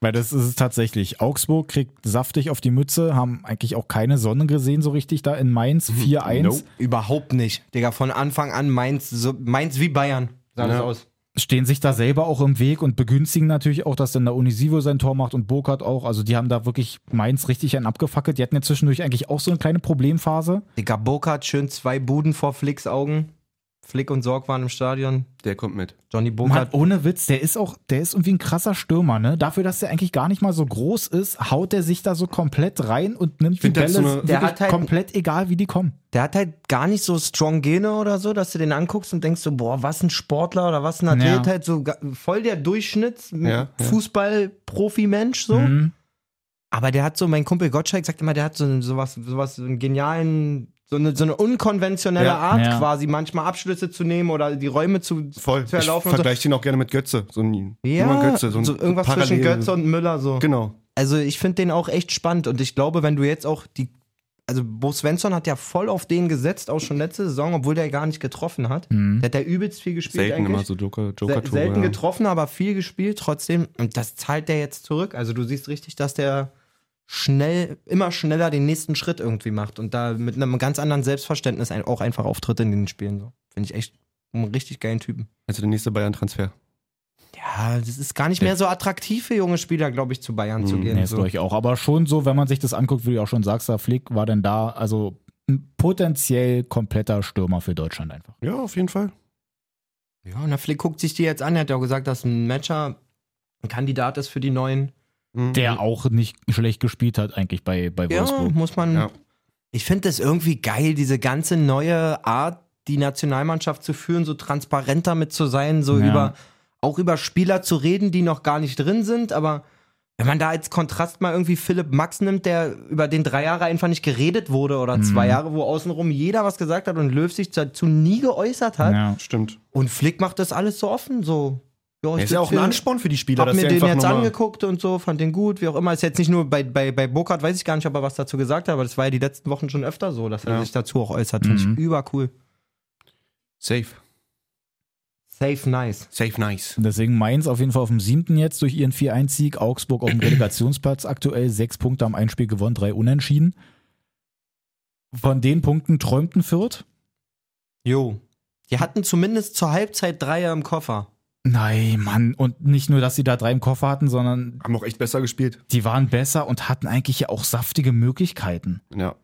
A: Weil das ist es tatsächlich. Augsburg kriegt saftig auf die Mütze, haben eigentlich auch keine Sonne gesehen so richtig da in Mainz. 4-1.
B: Nope. Überhaupt nicht. Digga, von Anfang an Mainz, so, Mainz wie Bayern. Sah das
E: Ja.
B: aus.
A: Stehen sich da selber auch im Weg und begünstigen natürlich auch, dass dann der Unisivo sein Tor macht und Burkhardt auch. Also die haben da wirklich Mainz richtig einen abgefackelt. Die hatten ja zwischendurch eigentlich auch so eine kleine Problemphase.
B: Digga, Burkhardt schön zwei Buden vor Flicks Augen. Flick und Sorg waren im Stadion.
E: Der kommt mit.
B: Johnny
A: Mann,
B: Burkhardt.
A: ohne Witz, der ist auch, der ist irgendwie ein krasser Stürmer, ne? Dafür, dass der eigentlich gar nicht mal so groß ist, haut der sich da so komplett rein und nimmt die
E: find, der
A: Bälle
E: hat so eine-
A: wirklich
B: Der hat halt-
A: komplett egal, wie die kommen.
B: Der hat halt gar nicht so strong Gene oder so, dass du den anguckst und denkst so, boah, was ein Sportler oder was ein
A: Ja.
B: Athlet. Halt so ga- voll der Durchschnitts
E: Ja, ja.
B: Fußball-Profi-Mensch so.
A: Mhm.
B: Aber der hat so, mein Kumpel Gottschalk sagt immer, der hat so sowas, sowas, so einen genialen, so eine, so eine unkonventionelle
E: Ja.
B: Art
A: Ja.
B: quasi, manchmal Abschlüsse zu nehmen oder die Räume zu,
E: Voll.
B: zu
E: Ich
B: erlaufen. und so.
E: vergleiche den auch gerne mit Götze. So ein
B: Ja,
E: Johann Götze. So, ein
B: so irgendwas zwischen
E: Parallel-
B: Götze und Müller so.
E: Genau.
B: Also ich finde den auch echt spannend und ich glaube, wenn du jetzt auch die, also Bo Svensson hat ja voll auf den gesetzt, auch schon letzte Saison, obwohl der gar nicht getroffen hat.
A: Mhm.
B: Der hat ja übelst viel gespielt
E: Selten
B: eigentlich.
E: immer so Joker,
B: Se
E: Joker Tore.
B: selten
E: ja.
B: getroffen, aber viel gespielt trotzdem. Und das zahlt der jetzt zurück. Also du siehst richtig, dass der schnell, immer schneller den nächsten Schritt irgendwie macht und da mit einem ganz anderen Selbstverständnis ein, auch einfach auftritt in den Spielen. So. Finde ich echt einen richtig geilen Typen.
E: Also der nächste Bayern-Transfer.
B: Ja, das ist gar nicht mehr so attraktiv für junge Spieler, glaube ich, zu Bayern zu
E: Mhm.
B: gehen.
A: Nee, das
B: so.
A: glaube ich auch. Aber schon so, wenn man sich das anguckt, wie du auch schon sagst, der Flick war denn da, also ein potenziell kompletter Stürmer für Deutschland einfach.
E: Ja, auf jeden Fall.
B: Ja, und der Flick guckt sich die jetzt an. Er hat ja auch gesagt, dass ein Matcher ein Kandidat ist für die Neuen.
E: Mhm.
A: Der auch nicht schlecht gespielt hat, eigentlich bei, bei
B: Ja,
A: Wolfsburg.
B: muss man.
E: Ja.
B: Ich finde das irgendwie geil, diese ganze neue Art, die Nationalmannschaft zu führen, so transparent damit zu sein, so
A: Ja.
B: über auch über Spieler zu reden, die noch gar nicht drin sind, aber wenn man da als Kontrast mal irgendwie Philipp Max nimmt, der über den drei Jahre einfach nicht geredet wurde
E: Mhm.
B: oder zwei Jahre, wo außenrum jeder was gesagt hat und Löw sich dazu nie geäußert hat.
A: Ja.
E: Stimmt.
B: Und Flick macht das alles so offen, so. Ja, Oh, ich
E: ist ja
B: sitz
E: auch ein
B: hier-
E: Ansporn für die Spieler,
B: hab
E: dass
B: mir
E: sie
B: den
E: einfach
B: jetzt
E: nochmal-
B: angeguckt und so, fand den gut, wie auch immer. Ist jetzt nicht nur bei, bei, bei Burkhardt, weiß ich gar nicht, ob er was dazu gesagt hat, aber das war ja die letzten Wochen schon öfter so, dass er
E: Ja.
B: sich dazu auch äußert. Finde
A: Mhm.
B: ich übercool.
E: Safe.
B: Safe nice.
E: Safe nice.
A: Deswegen Mainz auf jeden Fall auf dem siebten jetzt durch ihren 4-1-Sieg. Augsburg auf dem Relegationsplatz aktuell. Sechs Punkte am Einspiel gewonnen, drei unentschieden. Von den Punkten träumten Fürth?
B: Jo. Die hatten zumindest zur Halbzeit Dreier im Koffer.
A: Nein, Mann. Und nicht nur, dass sie da drei im Koffer hatten, sondern
E: Haben auch echt besser gespielt.
A: die waren besser und hatten eigentlich ja auch saftige Möglichkeiten.
E: Ja.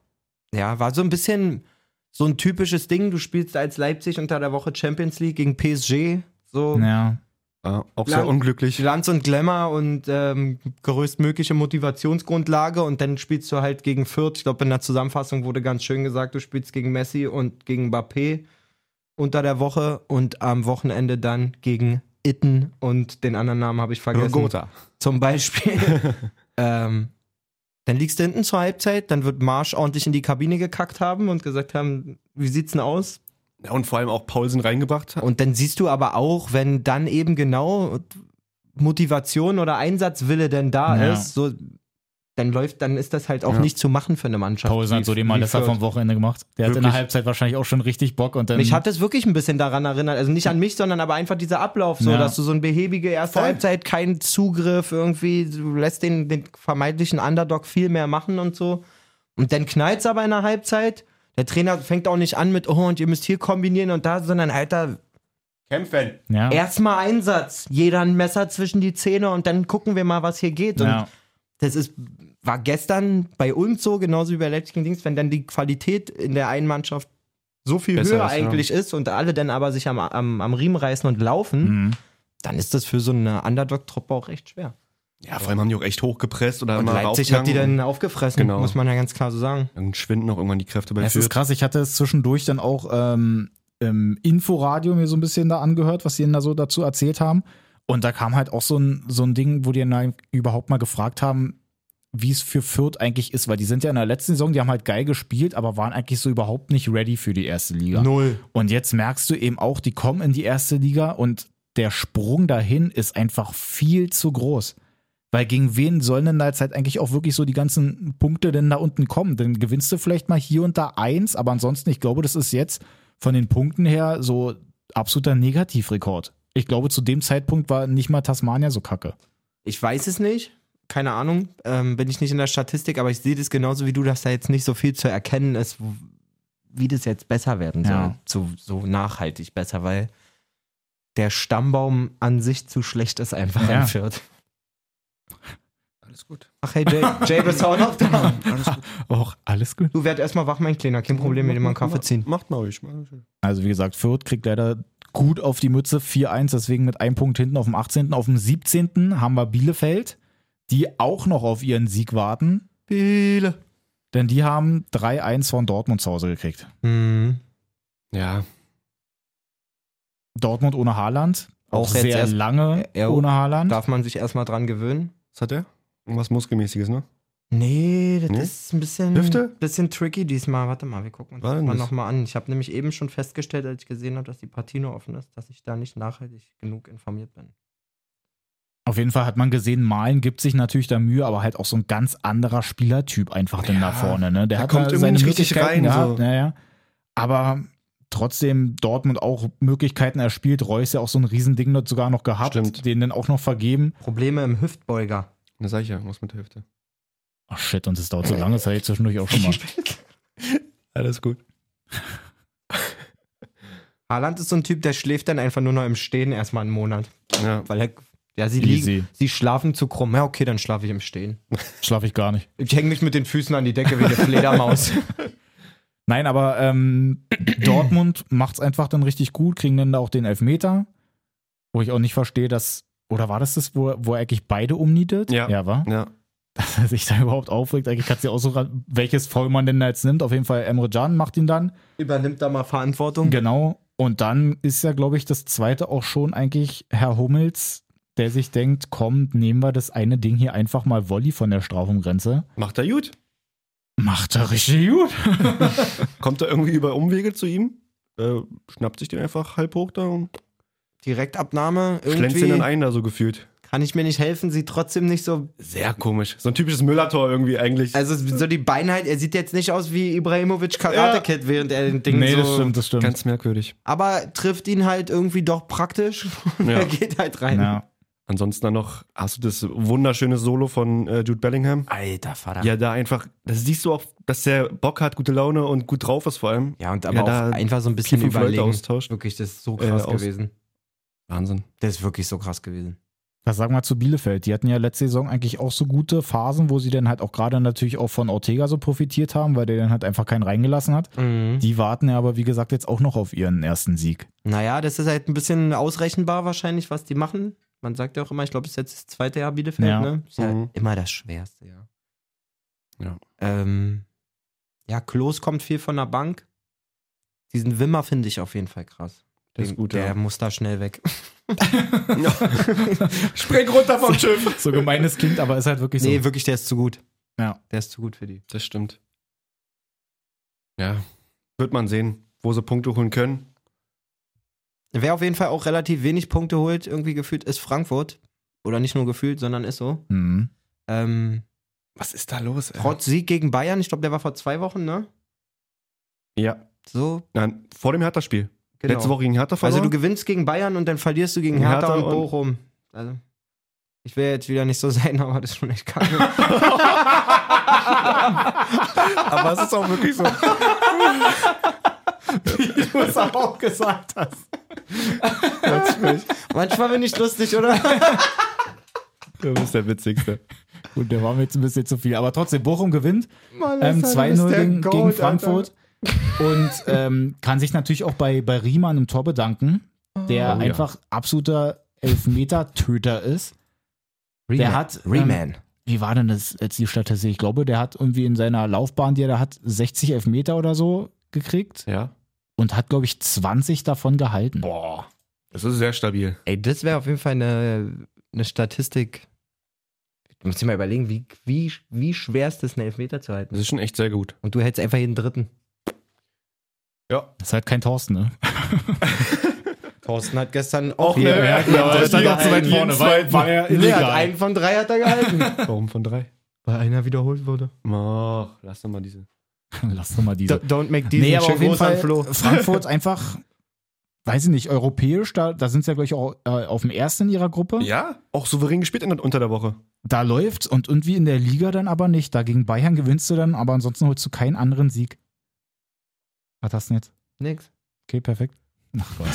B: Ja, war so ein bisschen so ein typisches Ding. Du spielst als Leipzig unter der Woche Champions League gegen PSG. So
A: Ja.
E: Ah, auch
B: Lang-
E: sehr unglücklich.
B: Glanz und Glamour und ähm, größtmögliche Motivationsgrundlage und dann spielst du halt gegen Fürth. Ich glaube, in der Zusammenfassung wurde ganz schön gesagt, du spielst gegen Messi und gegen Mbappé unter der Woche und am Wochenende dann gegen Itten und den anderen Namen habe ich vergessen.
E: Gotha.
B: Zum Beispiel. ähm, dann liegst du hinten zur Halbzeit, dann wird Marsch ordentlich in die Kabine gekackt haben und gesagt haben, wie sieht's denn aus?
E: Ja, und vor allem auch Paulsen reingebracht hat.
B: Und dann siehst du aber auch, wenn dann eben genau Motivation oder Einsatzwille denn da
A: Ja.
B: ist, so, dann läuft, dann ist das halt auch
E: Ja.
B: nicht zu machen für eine Mannschaft.
A: Paulsen hat
B: wie-
A: so den
B: wie
A: Malessa
B: Fürth.
A: vom Wochenende gemacht. Der hatte in der
E: Wirklich?
A: Halbzeit wahrscheinlich auch schon richtig Bock und dann.
B: Mich hat es wirklich ein bisschen daran erinnert, also nicht an mich, sondern aber einfach dieser Ablauf, so
A: Ja.
B: dass du so ein behäbige erste Halbzeit, keinen Zugriff irgendwie, du lässt den, den vermeintlichen Underdog viel mehr machen und so. Und dann knallt's aber in der Halbzeit. Der Trainer fängt auch nicht an mit, oh, und ihr müsst hier kombinieren und da, sondern Alter,
E: Kämpfen.
A: ja.
B: Erstmal Einsatz, jeder ein Messer zwischen die Zähne und dann gucken wir mal, was hier geht. Und
A: ja.
B: das ist, war gestern bei uns so, genauso wie bei Leipzig gegen Dings, wenn dann die Qualität in der einen Mannschaft so viel
E: Besser
B: höher
E: ist, ja.
B: eigentlich ist und alle dann aber sich am, am, am Riemen reißen und laufen,
A: Mhm.
B: dann ist das für so eine Underdog-Truppe auch recht schwer.
E: Ja, vor allem haben die auch echt hochgepresst oder
B: Und
E: immer
B: Leipzig hat die
E: raufgegangen
B: dann aufgefressen,
E: Genau.
B: muss man ja ganz klar so sagen.
E: und Dann schwinden auch irgendwann die Kräfte bei
A: Es ist
E: Fürth.
A: krass, ich hatte es zwischendurch dann auch ähm, im Inforadio mir so ein bisschen da angehört, was sie denn da so dazu erzählt haben. Und da kam halt auch so ein, so ein Ding, wo die dann überhaupt mal gefragt haben, wie es für Fürth eigentlich ist, weil die sind ja in der letzten Saison, die haben halt geil gespielt, aber waren eigentlich so überhaupt nicht ready für die erste Liga.
B: Null.
A: Und jetzt merkst du eben auch, die kommen in die erste Liga und der Sprung dahin ist einfach viel zu groß. Weil gegen wen sollen denn da jetzt halt eigentlich auch wirklich so die ganzen Punkte denn da unten kommen? Dann gewinnst du vielleicht mal hier und da eins, aber ansonsten, ich glaube, das ist jetzt von den Punkten her so absoluter Negativrekord. Ich glaube, zu dem Zeitpunkt war nicht mal Tasmania so kacke.
B: Ich weiß es nicht. keine Ahnung, ähm, bin ich nicht in der Statistik, aber ich sehe das genauso wie du, dass da jetzt nicht so viel zu erkennen ist, w- wie das jetzt besser werden soll.
A: Ja.
B: So, so nachhaltig besser, weil der Stammbaum an sich zu schlecht ist einfach
A: Ja.
B: ja. Fürth.
E: Alles gut.
B: Ach hey, Jay, Jay bist du auch noch da?
A: Auch alles gut.
B: Du werd erstmal wach, mein Kleiner, kein Problem, mit dem einen Kaffee ziehen.
E: Macht mal ruhig. Mal ruhig.
A: Also wie gesagt, Fürth kriegt leider gut auf die Mütze 4-1, deswegen mit einem Punkt hinten auf dem 18. Auf dem 17. haben wir Bielefeld, die auch noch auf ihren Sieg warten,
B: Biele.
A: denn die haben 3-1 von Dortmund zu Hause gekriegt.
B: Mhm.
E: Ja,
A: Dortmund ohne Haaland, auch,
B: Auch jetzt
A: sehr
B: erst-
A: lange
B: Ja,
A: ohne Haaland.
B: Darf man sich erstmal dran gewöhnen?
E: was hat der? Irgendwas Muskelmäßiges, ne?
B: Nee, das
E: Nee?
B: ist ein bisschen,
E: Hüfte?
B: bisschen tricky diesmal. Warte mal, wir gucken uns
E: War
B: das
E: denn
B: mal
E: das?
B: nochmal an. Ich habe nämlich eben schon festgestellt, als ich gesehen habe, dass die Partie nur offen ist, dass ich da nicht nachhaltig genug informiert bin.
A: Auf jeden Fall hat man gesehen, Malen gibt sich natürlich da Mühe, aber halt auch so ein ganz anderer Spielertyp einfach denn da
E: Ja,
A: vorne. Ne? Der
E: da
A: hat
E: kommt
A: da
E: irgendwie
A: seine
E: nicht richtig
A: Möglichkeiten
E: rein,
A: Gehabt,
E: so.
A: ja, ja. Aber trotzdem Dortmund auch Möglichkeiten erspielt. Reus ja auch so ein Riesending dort sogar noch gehabt,
E: Stimmt.
A: den dann auch noch vergeben.
B: Probleme im Hüftbeuger.
E: Eine Seiche, irgendwas mit der Hüfte.
A: Ach shit, und es dauert so lange, das hatte ich zwischendurch auch schon mal.
E: Alles gut.
B: Haaland ist so ein Typ, der schläft dann einfach nur noch im Stehen erstmal einen Monat.
E: Ja,
B: Weil er, ja, sie
A: Easy.
B: liegen, sie schlafen zu krumm. Ja, okay, dann schlafe ich im Stehen.
A: Schlaf ich gar nicht.
B: Ich hänge mich mit den Füßen an die Decke wie eine Fledermaus.
A: Nein, aber ähm, Dortmund macht es einfach dann richtig gut, kriegen dann da auch den Elfmeter, wo ich auch nicht verstehe, dass, oder war das das, wo, wo er eigentlich beide umnietet?
E: Ja.
A: Ja, war?
E: ja.
A: dass er sich da überhaupt aufregt. Eigentlich kannst du ja aussuchen, welches Foul man denn da jetzt nimmt. Auf jeden Fall Emre Can macht ihn dann.
B: Übernimmt da mal Verantwortung.
A: Genau. Und dann ist ja, glaube ich, das zweite auch schon eigentlich Herr Hummels, der sich denkt, komm, nehmen wir das eine Ding hier einfach mal Volley von der Strafumgrenze.
E: Macht er gut.
A: Macht er richtig gut.
E: Kommt er irgendwie über Umwege zu ihm, äh, schnappt sich den einfach halb hoch da und
B: Direktabnahme.
E: schlänzt ihn
B: Irgendwie
E: dann ein, da so gefühlt.
B: kann ich mir nicht helfen, sieht trotzdem nicht so
E: Sehr komisch. So ein typisches Müller-Tor irgendwie eigentlich.
B: Also so die Beinheit, er sieht jetzt nicht aus wie Ibrahimovic Karate
E: Ja.
B: Kid, während er den Ding so...
A: das stimmt.
E: Ganz merkwürdig.
B: Aber trifft ihn halt irgendwie doch praktisch.
E: Ja.
B: er geht halt rein.
A: ja.
E: Ansonsten dann noch, hast du das wunderschöne Solo von äh, Jude Bellingham?
B: Alter Vater. Ja,
E: Ja, da einfach, das siehst du auch, dass der Bock hat, gute Laune und gut drauf ist vor allem.
B: und aber
E: Ja, da
B: auch einfach so ein bisschen
E: Vier, fünf Leute
B: überlegen.
E: austauscht.
B: Wirklich, das ist so
E: Äh,
B: krass
E: aus-
B: gewesen.
E: Wahnsinn.
B: Das ist wirklich so krass gewesen.
A: Was sagen wir zu Bielefeld? Die hatten ja letzte Saison eigentlich auch so gute Phasen, wo sie dann halt auch gerade natürlich auch von Ortega so profitiert haben, weil der dann halt einfach keinen reingelassen hat. Die warten ja aber, wie gesagt, jetzt auch noch auf ihren ersten Sieg.
B: Naja, das ist halt ein bisschen ausrechenbar wahrscheinlich, was die machen. Man sagt ja auch immer, ich glaube, es ist jetzt das zweite Jahr Bielefeld,
A: Ja.
B: ne? Ist ja
E: Mhm.
B: immer das Schwerste, ja.
E: Ja.
B: Ähm, ja, Klos kommt viel von der Bank. Diesen Wimmer finde ich auf jeden Fall krass.
E: Der ist
B: Den-
E: gut,
B: der
E: ja.
B: muss da schnell weg.
E: Spring runter vom Schiff!
A: So gemein es klingt, aber ist halt wirklich so.
B: Nee, wirklich, der ist zu gut.
A: Ja.
B: Der ist zu gut für die.
E: Das stimmt. Ja, wird man sehen, wo sie Punkte holen können.
B: Wer auf jeden Fall auch relativ wenig Punkte holt, irgendwie gefühlt, ist Frankfurt. Oder nicht nur gefühlt, sondern ist so.
A: Mhm.
B: Ähm,
E: Was ist da los, ey?
B: trotz Sieg gegen Bayern, ich glaube, der war vor zwei Wochen, ne?
E: Ja,
B: So,
E: nein, vor dem Hertha-Spiel.
B: genau.
E: Letzte Woche gegen Hertha
B: Also
E: verloren.
B: du gewinnst gegen Bayern und dann verlierst du gegen
E: Gegen
B: Hertha,
E: Hertha
B: und
E: und-
B: Bochum. Also, ich will jetzt wieder nicht so sein, aber das ist schon echt kacke.
E: aber es ist auch wirklich so.
A: du es aber auch gesagt hast.
B: Manchmal bin ich lustig, oder?
E: Du bist der Witzigste.
A: Gut, der war mir jetzt ein bisschen zu viel. Aber trotzdem, Bochum gewinnt. Ähm, 2-0 gegen, gegen Frankfurt. Und ähm, kann sich natürlich auch bei, bei Riemann im Tor bedanken, der
E: Oh ja.
A: einfach absoluter Elfmeter-Töter ist. Der hat, ähm,
B: Reman.
A: Wie war denn das jetzt die Statistik? Ich glaube, der hat irgendwie in seiner Laufbahn, die er da hat, 60 Elfmeter oder so gekriegt
E: Ja.
A: und hat, glaube ich, 20 davon gehalten.
E: Boah. Das ist sehr stabil.
B: Ey, das wäre auf jeden Fall eine, eine Statistik. Du musst dir mal überlegen, wie, wie, wie schwer ist das, einen Elfmeter zu halten?
E: Das ist schon echt sehr gut.
B: Und du hältst einfach jeden dritten.
E: Ja.
A: Das ist halt kein Thorsten, ne?
B: Thorsten hat gestern
E: auch eine- Ja, ja, genau, der stand auch zu weit vorne, weil- war ja
B: einen von drei hat er gehalten.
E: Warum von drei?
B: Weil einer wiederholt wurde.
E: Ach, lass doch mal diese.
A: Lass doch mal diese.
B: Don't make
A: Nee,
B: diesen
A: aber auf jeden Fall
B: Flo.
A: Frankfurt einfach weiß ich nicht, europäisch, da, da sind sie ja, glaube ich, auch äh, auf dem ersten in ihrer Gruppe.
E: Ja, auch souverän gespielt in, unter der Woche.
A: Da läuft's und irgendwie in der Liga dann aber nicht. Da gegen Bayern gewinnst du dann, aber ansonsten holst du keinen anderen Sieg. Was hast du denn jetzt?
B: Nix.
A: Okay, perfekt. Ach Gott,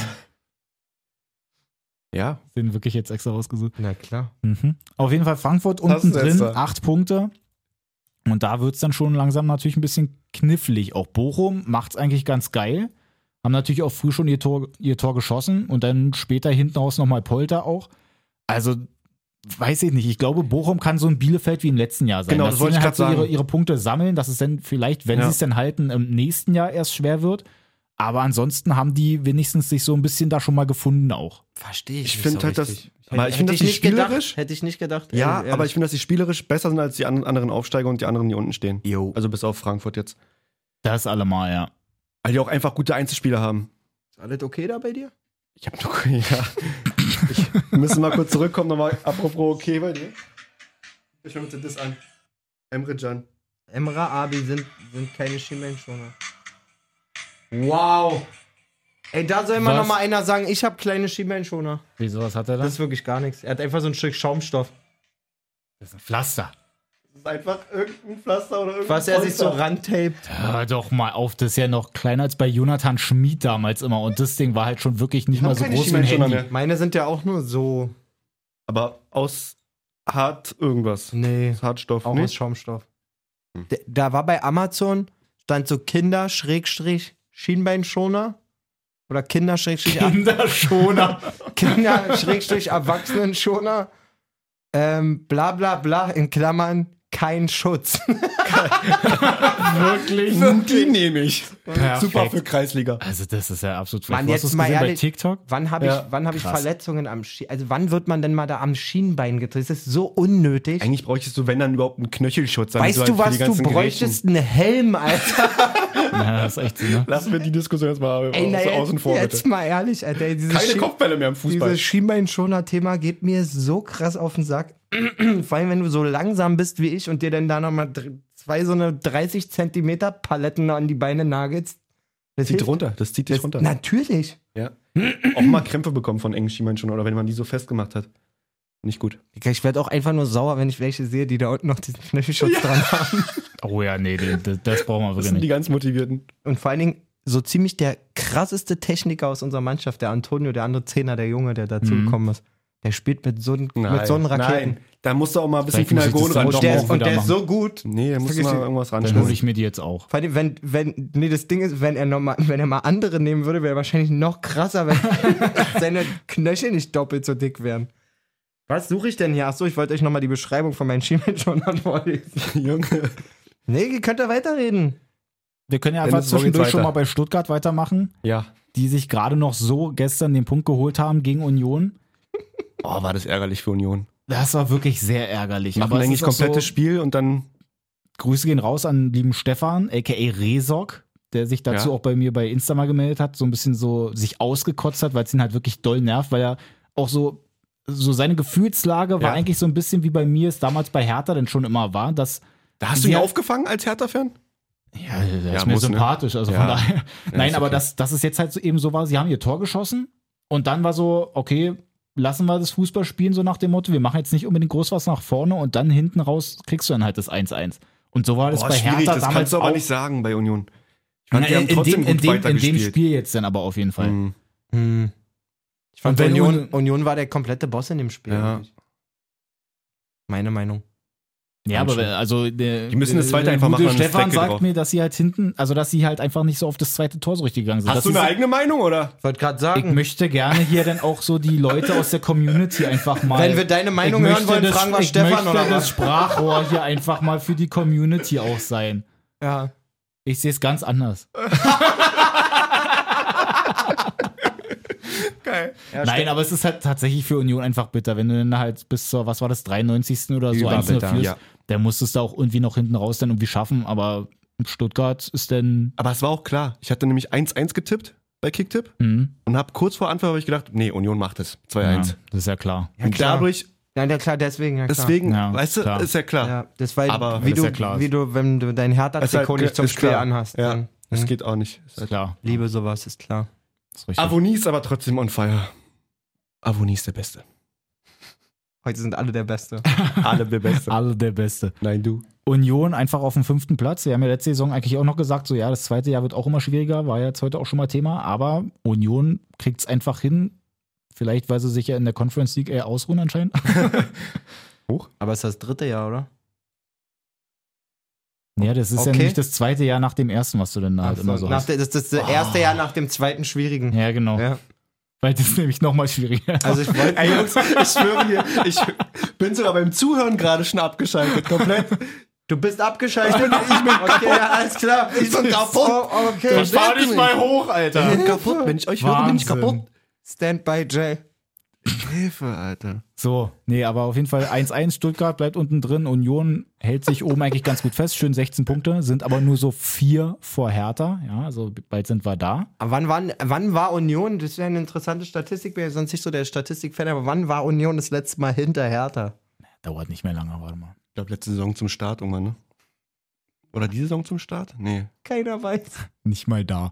E: Ja.
A: den wirklich jetzt extra rausgesucht.
B: Na klar.
A: Mhm. Auf jeden Fall Frankfurt
E: hast
A: unten
E: du
A: drin,
E: jetzt da?
A: acht Punkte. Und da wird es dann schon langsam natürlich ein bisschen knifflig. Auch Bochum macht es eigentlich ganz geil. Haben natürlich auch früh schon ihr Tor, ihr Tor geschossen und dann später hinten raus nochmal Polter auch. Also weiß ich nicht. Ich glaube, Bochum kann so ein Bielefeld wie im letzten Jahr sein.
E: Genau,
A: Dass
E: das
A: sie
E: wollte
A: dann
E: ich
A: halt
E: grad
A: so ihre,
E: sagen.
A: ihre Punkte sammeln, dass es dann vielleicht, wenn
E: Ja.
A: sie es dann halten, im nächsten Jahr erst schwer wird. Aber ansonsten haben die wenigstens sich so ein bisschen da schon mal gefunden auch.
B: Verstehe
E: Ich
B: nicht
E: find
B: so
E: halt, dass-
B: richtig.
E: aber
B: Hätte-
E: ich find,
B: hätte
E: dass die
B: nicht gedacht.
E: spielerisch-
B: Hätte ich nicht gedacht.
E: Ja,
B: ehrlich,
E: aber
B: ehrlich.
E: ich finde, dass die spielerisch besser sind als die an- anderen Aufsteiger und die anderen, die unten stehen.
B: Jo.
E: Also bis auf Frankfurt jetzt.
A: Das allemal, ja.
E: Weil die auch einfach gute Einzelspieler haben.
B: Ist alles okay da bei dir?
E: Ich hab nur. Ja. Ich müssen mal kurz zurückkommen, nochmal. Apropos okay bei dir. Ich höre mit dem Diss an. Emre Can.
B: Emra Abi sind, sind keine Schienbeinschoner. Wow. Ey, da soll immer
A: Was?
B: noch mal einer sagen, ich habe kleine Schienbeinschoner.
A: Wieso, was hat er da?
B: Das ist wirklich gar nichts. Er hat einfach so ein Stück Schaumstoff.
A: das ist ein Pflaster.
E: Das ist einfach irgendein Pflaster oder irgendwas.
B: Was er sich so rantaped.
A: Hör doch mal auf, das ist ja noch kleiner als bei Jonathan Schmid damals immer. Und das Ding war halt schon wirklich nicht mal so
E: keine
A: groß wie ein
E: Schienbeinschoner
A: Handy.
E: mehr.
B: Meine sind ja auch nur so.
E: Aber aus hart irgendwas.
B: Nee.
E: Hartstoff.
B: Auch aus
E: nicht.
B: Schaumstoff.
E: Hm.
B: D- Da war bei Amazon, stand so Kinder, Schrägstrich, Schienbeinschoner. Oder Kinder, Schrägstrich,
A: Kinderschoner.
B: Kinder, Schrägstrich, Erwachsenenschoner. Ähm, bla bla bla, in Klammern, kein Schutz.
A: wirklich.
E: Die nehme ich.
A: Perfekt.
E: Super für Kreisliga.
A: Also, das ist ja absolut
B: Mann,
A: Du
B: jetzt
A: hast
B: mal
A: mal gesehen bei
B: ehrlich.
A: TikTok?
B: Wann habe
A: Ja,
B: ich, wann hab ich
A: krass.
B: Verletzungen am Schienbein? Also wann wird man denn mal da am Schienbein getreten? Das ist so unnötig.
E: Eigentlich bräuchtest du, wenn dann überhaupt einen Knöchelschutz. damit
B: weißt du,
E: halt für
B: was
E: die
B: du
E: ganzen
B: bräuchtest? Einen Helm, Alter.
A: Ja, das ist echt so, ne?
E: Lassen wir die Diskussion jetzt mal
B: Ey, na,
E: au- außen
B: jetzt,
E: vor,
B: jetzt
E: bitte.
B: mal ehrlich, Alter. ey, Dieses,
E: Keine
B: Schie-
E: Kopfbälle mehr im Fußball.
B: dieses Schienbeinschoner-Thema geht mir so krass auf den Sack. Vor allem, wenn du so langsam bist wie ich und dir dann da nochmal zwei so eine 30 Zentimeter Paletten an die Beine nagelst. Das
E: zieht
B: hilft-
E: runter, das zieht dich
B: Das,
E: runter.
B: natürlich.
E: Ja. auch mal Krämpfe bekommen von engen Schienbein schon, oder wenn man die so festgemacht hat. Nicht gut.
B: Ich werde auch einfach nur sauer, wenn ich welche sehe, die da unten noch diesen Knöchelschutz dran haben.
A: Oh ja, nee, den- das, das brauchen wir
E: Das
A: wirklich
E: sind die
A: nicht.
E: ganz Motivierten.
B: Und vor allen Dingen so ziemlich der krasseste Techniker aus unserer Mannschaft, der Antonio, der andere Zehner, der Junge, der dazugekommen
A: Mhm.
B: ist. Der spielt mit so, mit so einen Raketen.
E: Nein, da musst du auch mal ein bisschen
A: Vielleicht muss ich
E: Finalgon
A: das dann
E: ran.
A: doch
B: Und der,
A: mal
B: ist, und
A: wieder
B: der ist
A: machen.
B: so gut.
E: Nee, da musst du
B: Vergiss
E: mal
B: ihn.
E: irgendwas
A: Dann hole
E: ranschmeißen.
A: ich mir die jetzt auch.
B: Vor allem, wenn, wenn, nee, das Ding ist, wenn er noch mal, wenn er mal andere nehmen würde, wäre er wahrscheinlich noch krasser, wenn seine Knöchel nicht doppelt so dick wären. Was suche ich denn hier? Achso, ich wollte euch nochmal die Beschreibung von meinen Schienbeinschonern vorlesen.
E: Junge.
B: Nee, ihr könnt da weiterreden.
A: Wir können ja
E: Dennis,
A: einfach
E: wo geht's
A: zwischendurch schon
E: weiter?
A: mal bei Stuttgart weitermachen,
E: Ja.
A: die sich gerade noch so gestern den Punkt geholt haben gegen Union.
E: Oh, war das ärgerlich für Union.
A: Das war wirklich sehr ärgerlich.
E: Machen
A: es
E: eigentlich
A: ist auch so-
E: komplettes Spiel und dann
A: Grüße gehen raus an lieben Stefan, aka Resok, der sich dazu
E: Ja.
A: auch bei mir bei Insta mal gemeldet hat, so ein bisschen so sich ausgekotzt hat, weil es ihn halt wirklich doll nervt, weil er auch so, so seine Gefühlslage war
E: Ja.
A: eigentlich so ein bisschen wie bei mir es damals bei Hertha dann schon immer war, dass
E: Da hast du ihn
A: Ja.
E: aufgefangen als Hertha-Fan?
A: ja, der
E: Ja,
A: ist mir
E: muss, ne?
A: sympathisch, also
E: Ja.
A: von daher. Nein,
E: ist
A: aber
E: okay.
A: das, das ist jetzt halt so eben so war, sie haben ihr Tor geschossen und dann war so, okay, lassen wir das Fußball spielen, so nach dem Motto, wir machen jetzt nicht unbedingt groß was nach vorne und dann hinten raus kriegst du dann halt das 1-1. Und so war das bei Hertha
E: das
A: damals
E: kannst du aber
A: auch.
E: nicht sagen bei Union. Ich
A: Na,
E: meine, die haben
A: in,
E: trotzdem
A: dem, in, dem, in
E: gut
A: dem
E: weitergespielt.
A: Spiel jetzt dann aber auf jeden Fall.
E: Mhm.
B: Ich fand
A: Hm. Und wenn
B: Union,
A: Uni-
B: Union war der komplette Boss in dem Spiel.
E: Ja.
B: eigentlich. Meine Meinung.
A: Ja, aber
E: schon.
A: wenn- also der,
E: Die müssen das zweite
A: der
E: einfach
A: gute
E: machen, dann ist
A: Stefan
E: Decke
A: sagt
E: drauf.
A: mir, dass sie halt hinten, also dass sie halt einfach nicht so auf das zweite Tor so richtig gegangen sind.
E: Hast
A: dass
E: du
A: sie
E: eine
A: so-
E: eigene Meinung, oder?
B: Wollte gerade
A: ich
B: sagen,
A: möchte gerne hier dann auch so die Leute aus der Community einfach mal.
B: Wenn wir deine Meinung
A: Ich
B: hören
A: möchte
B: wollen,
A: das,
B: fragen wir
A: ich
B: Stefan
A: möchte
B: oder was?
A: das Sprachrohr hier einfach mal für die Community auch sein.
B: ja.
A: Ich sehe es ganz anders.
E: Geil.
A: Nein, aber es ist halt tatsächlich für Union einfach bitter, wenn du dann halt bis zur, was war das, 93. oder so
B: Überbitter,
A: 1 führst,
E: ja.
A: dann musst du es da auch irgendwie noch hinten raus dann irgendwie schaffen, aber Stuttgart ist dann,
E: Aber es war auch klar. Ich hatte nämlich 1-1 getippt bei Kicktipp
A: hm,
E: und habe kurz vor Anfang habe ich gedacht, nee, Union macht es. 2-1.
A: ja, das ist ja klar.
B: Ja,
E: und
B: klar.
E: dadurch,
B: Nein, ja, klar, deswegen. Ja, klar.
E: deswegen,
A: Ja,
E: weißt du,
A: klar.
E: ist ja klar.
B: Ja, das war, halt
E: Aber-
B: wie,
A: Das ist
B: du,
A: ja klar.
B: wie du, wenn du dein
E: Es ist halt-
B: Hertha-Trikot nicht zum
E: ist
B: Spiel
E: klar.
B: anhast.
E: Ja,
B: Dann,
E: das
B: Mhm.
E: geht auch nicht. Ist
A: Ist
E: halt-
A: klar.
B: Liebe sowas, ist klar.
A: Ist richtig.
E: Avonie ist aber trotzdem on fire. Avonie ist der Beste.
B: Heute sind alle der Beste.
D: Alle der Beste.
A: Alle der Beste.
E: Nein, du.
A: Union einfach auf dem fünften Platz. Sie haben ja letzte Saison eigentlich auch noch gesagt, so ja, das zweite Jahr wird auch immer schwieriger, war ja jetzt heute auch schon mal Thema, aber Union kriegt es einfach hin. Vielleicht, weil sie sich ja in der Conference League eher ausruhen anscheinend.
B: Aber es ist das dritte Jahr, oder?
A: Ja, das ist ja
B: Okay.
A: nicht das zweite Jahr nach dem ersten, was du denn da halt immer so
B: Also nach
A: hast.
B: der, das ist das erste Jahr nach dem zweiten schwierigen.
A: Ja, genau.
B: Ja.
A: Weil das ist nämlich nochmal schwieriger.
B: Also ich wollte
E: Ey, Jungs, ich schwöre dir, ich bin sogar beim Zuhören gerade schon abgeschaltet, komplett.
B: Du bist abgeschaltet. Ich bin, okay, ja, alles klar. Ich bin kaputt. Oh, okay.
D: Ich fahr nicht mal hoch, Alter.
E: kaputt, wenn ich euch
A: Wahnsinn.
B: Standby Jay.
D: Hilfe, Alter.
A: So, nee, aber auf jeden Fall 1-1, Stuttgart bleibt unten drin, Union hält sich oben eigentlich ganz gut fest, schön 16 Punkte, sind aber nur so vier vor Hertha, ja, also bald sind wir da.
B: Aber wann, wann, wann war Union? Das ist ja eine interessante Statistik. Bin ja sonst nicht so der Statistikfan, aber wann war Union das letzte Mal hinter Hertha?
A: Dauert nicht mehr lange, warte mal.
E: Ich glaube, letzte Saison zum Start irgendwann, ne? Oder die Saison zum Start? Nee.
B: Keiner weiß.
A: Nicht mal da.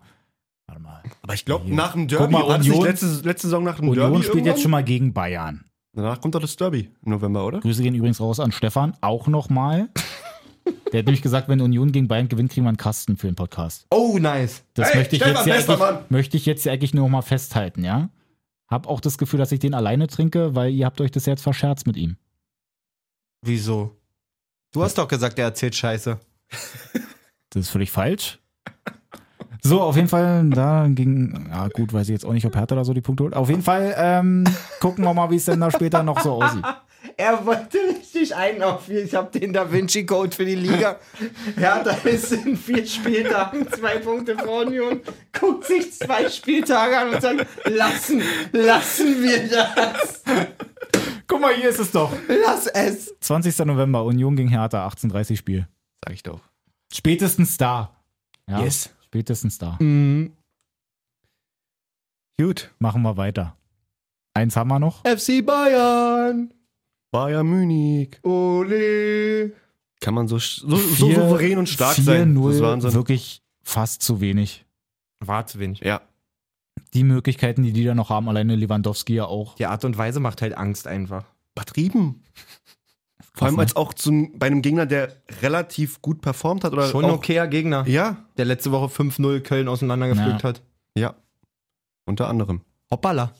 A: Warte mal.
E: Aber ich glaube,
A: Ja.
E: nach dem
A: Guck
E: Derby,
A: mal,
E: war das nicht
A: Union-
E: letzte, letzte Saison nach dem
A: Union
E: Derby
A: spielt
E: irgendwann?
A: jetzt schon mal gegen Bayern.
E: Danach kommt doch das Derby im November, oder?
A: Grüße gehen übrigens raus an Stefan, auch nochmal. Der hat nämlich gesagt, wenn Union gegen Bayern gewinnt, kriegen wir einen Kasten für den Podcast.
B: Oh, nice.
A: Das
E: Hey,
A: möchte, ich
E: Stefan,
A: jetzt ja
E: bester Mann!
A: eigentlich, möchte ich jetzt ja eigentlich nur noch mal festhalten, ja? Hab auch das Gefühl, dass ich den alleine trinke, weil ihr habt euch das jetzt verscherzt mit ihm.
B: Wieso? Du hast doch gesagt, er erzählt Scheiße.
A: Das ist völlig falsch. So, auf jeden Fall, da ging, ja gut, weiß ich jetzt auch nicht, ob Hertha da so die Punkte holt. Auf jeden Fall ähm, gucken wir mal, wie es denn da später noch so aussieht.
B: Er wollte richtig einen auf vier. Ich habe den Da Vinci Code für die Liga. Hertha ist in vier Spieltagen zwei Punkte vor Union. Guckt sich zwei Spieltage an und sagt: Lassen, lassen wir das.
A: Guck mal, hier ist es doch.
B: Lass es.
A: 20. November, Union gegen Hertha, 18.30 Spiel.
D: Sag ich doch.
A: Spätestens da. Ja, yes. Spätestens da.
E: Gut.
A: Machen wir weiter. Eins haben wir noch.
B: FC Bayern.
E: Bayern Munich.
B: Ole.
E: Kann man so, sch- so, so souverän und stark
A: 4,
E: sein.
A: 0,
E: Das ist Wahnsinn.
A: wirklich fast zu wenig.
B: War zu wenig.
E: Ja.
A: Die Möglichkeiten, die die da noch haben, alleine Lewandowski ja auch.
B: Die Art und Weise macht halt Angst einfach.
E: Übertrieben. Vor allem
A: ne?
E: als auch zum, bei einem Gegner, der relativ gut performt hat. Oder
B: Schon ein
E: auch,
B: okayer Gegner,
E: Ja,
B: der letzte Woche 5-0 Köln auseinandergepflückt
A: Ja.
B: hat.
E: ja. Unter anderem.
B: Hoppala.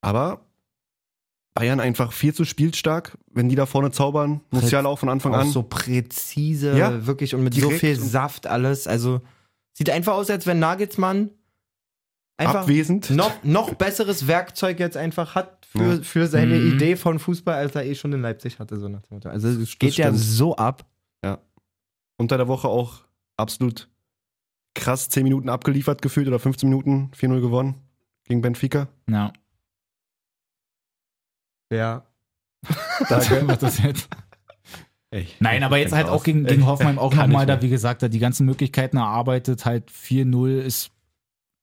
E: Aber Bayern einfach viel zu spielstark. Wenn die da vorne zaubern, muss ja von Anfang
B: auch
E: an.
B: so präzise,
E: Ja.
B: wirklich und mit so
E: Direkt.
B: viel Saft alles. Also sieht einfach aus, als wenn Nagelsmann einfach
E: abwesend.
B: noch, noch besseres Werkzeug jetzt einfach hat für,
E: Ja.
B: für seine
A: Mhm.
B: Idee von Fußball, als er eh schon in Leipzig hatte. So nach dem Motto. Also es geht ja
E: stimmt.
B: so ab.
E: Unter der Woche auch absolut krass 10 Minuten abgeliefert gefühlt oder 15 Minuten 4-0 gewonnen gegen Benfica.
A: Ja.
B: Ja.
A: Danke. Was das jetzt? Nein, aber jetzt halt auch gegen, gegen Hoffenheim auch
E: Kann
A: nochmal
E: nicht
A: da, wie gesagt, da die ganzen Möglichkeiten erarbeitet. Halt 4-0 ist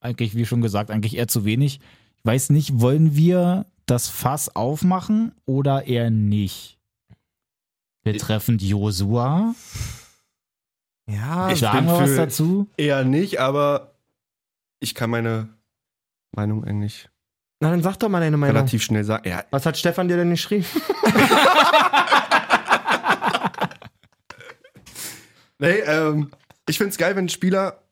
A: eigentlich, wie schon gesagt, eigentlich eher zu wenig. Ich weiß nicht, wollen wir das Fass aufmachen oder eher nicht? Betreffend Josua.
B: Ja,
E: Ich
A: Sagen
E: bin
A: wir was
E: für-
A: dazu?
E: Eher nicht, aber ich kann meine Meinung eigentlich
B: na dann sag doch mal deine Meinung.
E: relativ schnell sagen. Ja,
B: Was hat Stefan dir denn geschrieben?
E: Nee, ähm, ich finde es geil, wenn Spieler,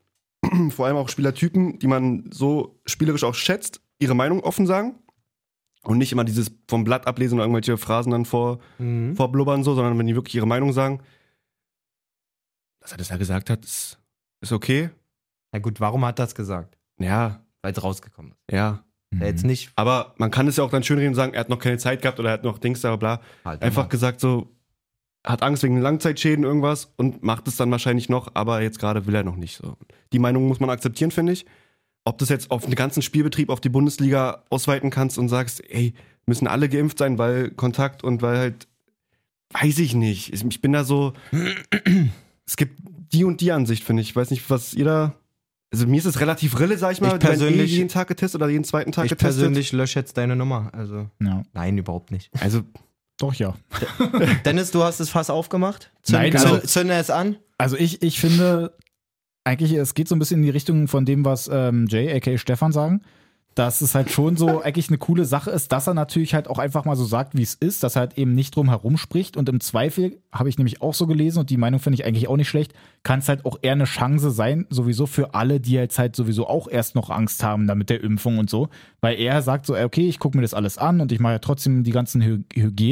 E: vor allem auch Spielertypen, die man so spielerisch auch schätzt, ihre Meinung offen sagen. Und nicht immer dieses vom Blatt ablesen oder irgendwelche Phrasen dann vor,
B: Mhm.
E: vorblubbern, so, sondern wenn die wirklich ihre Meinung sagen. Dass er das ja gesagt hat, ist, ist okay.
B: Na gut, warum hat er das gesagt?
E: Ja,
B: Weil es rausgekommen ist.
E: ja.
B: Mhm.
A: Hm,
B: Jetzt nicht
E: Aber man kann es ja auch dann schönreden und sagen, er hat noch keine Zeit gehabt oder er hat noch Dings, aber bla.
B: halt.
E: Einfach gesagt so, hat Angst wegen den Langzeitschäden irgendwas und macht es dann wahrscheinlich noch, aber jetzt gerade will er noch nicht so. Die Meinung muss man akzeptieren, finde ich. Ob das jetzt auf den ganzen Spielbetrieb, auf die Bundesliga ausweiten kannst und sagst, ey, müssen alle geimpft sein, weil Kontakt und weil halt, weiß ich nicht. Ich bin da so, es gibt die und die Ansicht, finde ich. Ich weiß nicht, was ihr da, also mir ist es relativ rille, sag ich mal,
B: Ich persönlich-
E: eh jeden Tag getestet oder jeden zweiten Tag
B: ich
E: getestet.
B: persönlich lösche jetzt deine Nummer. Also
A: Ja,
B: nein, überhaupt nicht.
E: also,
A: doch, ja.
B: Dennis, du hast das Fass aufgemacht.
A: Nein,
B: Zünd-
A: also-
B: zünde es an.
A: Also ich, ich finde, eigentlich, es geht so ein bisschen in die Richtung von dem, was ähm, Jay, aka Stefan, sagen. Dass es halt schon so eigentlich eine coole Sache ist, dass er natürlich halt auch einfach mal so sagt, wie es ist, dass er halt eben nicht drum herum spricht. Und im Zweifel habe ich nämlich auch so gelesen und die Meinung finde ich eigentlich auch nicht schlecht, kann es halt auch eher eine Chance sein, sowieso für alle, die jetzt halt sowieso auch erst noch Angst haben da mit der Impfung und so. Weil er sagt so, ey, okay, ich gucke mir das alles an und ich mache ja trotzdem die ganzen Hy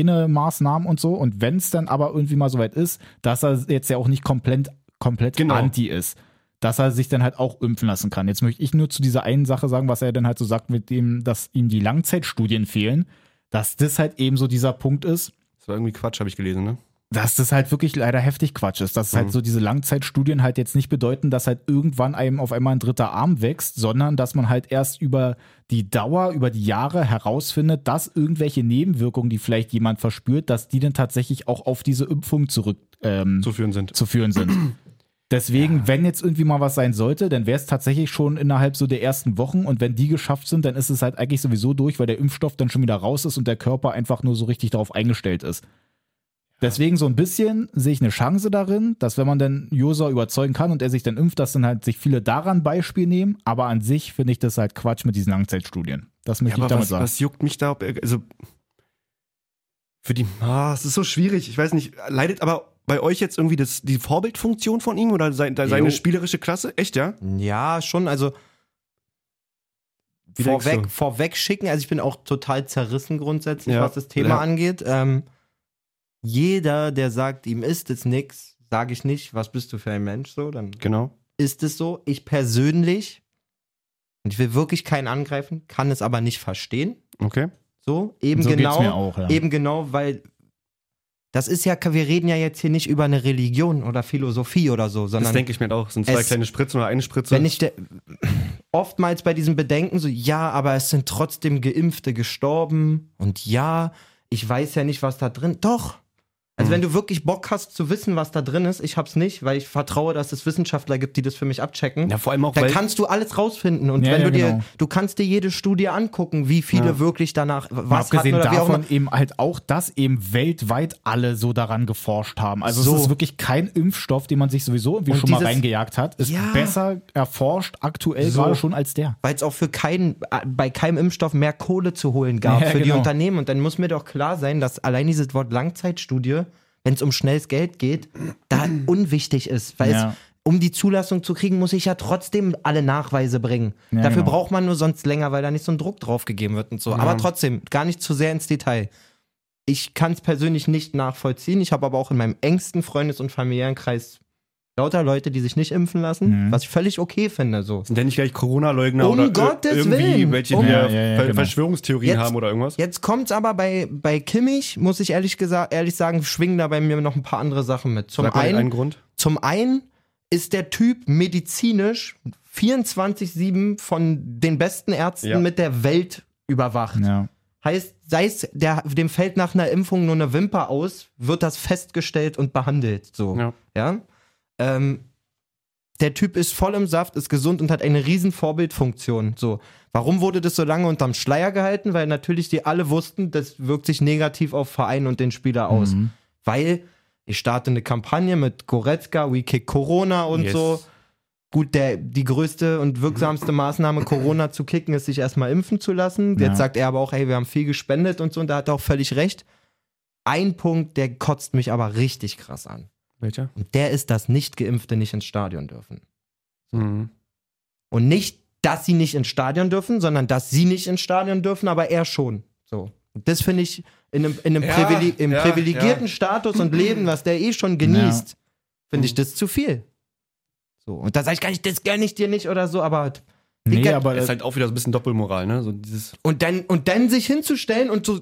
A: Hygienemaßnahmen und so. Und wenn es dann aber irgendwie mal soweit ist, dass er jetzt ja auch nicht komplett, komplett
E: Genau.
A: anti ist dass er sich dann halt auch impfen lassen kann. Jetzt möchte ich nur zu dieser einen Sache sagen, was er dann halt so sagt, mit dem, dass ihm die Langzeitstudien fehlen, dass das halt eben so dieser Punkt ist,
E: Das war irgendwie Quatsch, habe ich gelesen, ne?
A: dass das halt wirklich leider heftig Quatsch ist, dass halt so diese Langzeitstudien halt jetzt nicht bedeuten, dass halt irgendwann einem auf einmal ein dritter Arm wächst, sondern dass man halt erst über die Dauer, über die Jahre herausfindet, dass irgendwelche Nebenwirkungen, die vielleicht jemand verspürt, dass die dann tatsächlich auch auf diese Impfung zurück ähm,
E: Zu führen sind.
A: zu führen sind. Deswegen, wenn jetzt irgendwie mal was sein sollte, dann wäre es tatsächlich schon innerhalb so der ersten Wochen und wenn die geschafft sind, dann ist es halt eigentlich sowieso durch, weil der Impfstoff dann schon wieder raus ist und der Körper einfach nur so richtig darauf eingestellt ist. Deswegen so ein bisschen sehe ich eine Chance darin, dass wenn man dann Josa überzeugen kann und er sich dann impft, dass dann halt sich viele daran Beispiel nehmen, aber an sich finde ich das halt Quatsch mit diesen Langzeitstudien. Das möchte ich
E: aber
A: damit
E: was,
A: sagen.
E: was juckt mich da? Ob, er- also für die, ah, es ist so schwierig. Ich weiß nicht, leidet aber bei euch jetzt irgendwie das, die Vorbildfunktion von ihm oder sein,
B: Jo.
E: seine spielerische Klasse? Echt, ja?
B: Ja, schon, also
E: Wie denkst
B: vorweg,
E: du?
B: vorweg schicken, also ich bin auch total zerrissen grundsätzlich,
E: Ja,
B: was das Thema
E: ja.
B: angeht. Ähm, jeder, der sagt, ihm ist es nix, sage ich nicht, was bist du für ein Mensch so, dann
E: Genau.
B: ist es so. Ich persönlich, und ich will wirklich keinen angreifen, kann es aber nicht verstehen.
E: Okay.
B: So, eben
A: so
B: genau.
A: geht's mir auch, ja.
B: Eben genau, weil das ist ja, wir reden ja jetzt hier nicht über eine Religion oder Philosophie oder so,
E: Das
B: sondern
E: denke ich mir halt auch. Sind zwei
B: Es-
E: kleine Spritzen oder eine Spritze?
B: wenn ich der, oftmals bei diesem Bedenken so, ja, aber es sind trotzdem Geimpfte gestorben und ja, ich weiß ja nicht, was da drin. Doch. Also
E: Mhm.
B: wenn du wirklich Bock hast zu wissen, was da drin ist, ich hab's nicht, weil ich vertraue, dass es Wissenschaftler gibt, die das für mich abchecken.
E: ja, vor allem auch,
B: Da
E: weil
B: kannst du alles rausfinden und
A: Ja,
B: wenn
A: ja,
B: du dir,
A: genau.
B: du kannst dir jede Studie angucken, wie viele
E: Ja.
B: wirklich danach
A: Mal
B: was hatten
A: abgesehen
B: oder wie auch immer.
A: davon eben halt auch, dass eben weltweit alle so daran geforscht haben. Also
B: So.
A: es ist wirklich kein Impfstoff, den man sich sowieso irgendwie
B: Und
A: schon mal
B: dieses-
A: reingejagt hat. Ist
B: Ja.
A: besser erforscht aktuell
B: So.
A: gerade schon als der.
B: weil es auch für keinen, äh, bei keinem Impfstoff mehr Kohle zu holen gab
A: Ja,
B: für die
A: genau.
B: Unternehmen. Und dann muss mir doch klar sein, dass allein dieses Wort Langzeitstudie, wenn es um schnelles Geld geht, da unwichtig ist. Weil
A: Ja.
B: es, um die Zulassung zu kriegen, muss ich ja trotzdem alle Nachweise bringen.
A: Ja,
B: Dafür
A: genau.
B: braucht man nur sonst länger, weil da nicht so ein Druck drauf gegeben wird und so. Aber trotzdem, gar nicht zu sehr ins Detail. Ich kann es persönlich nicht nachvollziehen. Ich habe aber auch in meinem engsten Freundes- und familiären Kreis lauter Leute, die sich nicht impfen lassen,
A: Mhm.
B: was ich völlig okay finde. So.
E: sind ja nicht gleich Corona-Leugner
B: Um
E: oder ir-
B: Gottes
E: irgendwie
B: Willen.
E: welche
B: Um-
E: die
A: Ja, ja, ja,
E: Ver
A: genau.
E: Verschwörungstheorien
B: Jetzt-
E: haben oder irgendwas.
B: Jetzt kommt's aber bei, bei Kimmich, muss ich ehrlich, gesagt, ehrlich sagen, schwingen da bei mir noch ein paar andere Sachen mit. Zum
E: Sag mal den einen
B: einen,
E: Grund.
B: zum einen ist der Typ medizinisch 24-7 von den besten Ärzten
E: Ja.
B: mit der Welt überwacht.
A: Ja.
B: Heißt, sei es, der, dem fällt nach einer Impfung nur eine Wimper aus, wird das festgestellt und behandelt. So.
E: Ja.
B: Ja? Ähm, der Typ ist voll im Saft, ist gesund und hat eine riesen Vorbildfunktion. So. Warum wurde das so lange unterm Schleier gehalten? Weil natürlich die alle wussten, das wirkt sich negativ auf Verein und den Spieler aus.
A: Mhm.
B: Weil ich starte eine Kampagne mit Goretzka, We Kick Corona und
E: Yes.
B: so. Gut, der, die größte und wirksamste Maßnahme, Corona zu kicken, ist, sich erstmal impfen zu lassen.
A: Ja.
B: Jetzt sagt er aber auch, ey, wir haben viel gespendet und so, und da hat er auch völlig recht. Ein Punkt, der kotzt mich aber richtig krass an.
E: Welcher?
B: Und der ist, dass Nicht-Geimpfte nicht ins Stadion dürfen.
E: Mhm.
B: Und nicht, dass sie nicht ins Stadion dürfen, sondern dass sie nicht ins Stadion dürfen, aber er schon. So. Und das finde ich in einem, in einem
E: Ja,
B: privile im
E: ja,
B: privilegierten Status und Leben, was der eh schon genießt, finde ich
E: Mhm.
B: das zu viel. So. Und da sage ich gar nicht, das gönne ich dir nicht oder so, aber.
A: Nee,
B: Digga,
A: aber
E: Ist halt auch wieder so ein bisschen Doppelmoral, ne? So dieses
B: Und dann, und dann sich hinzustellen und so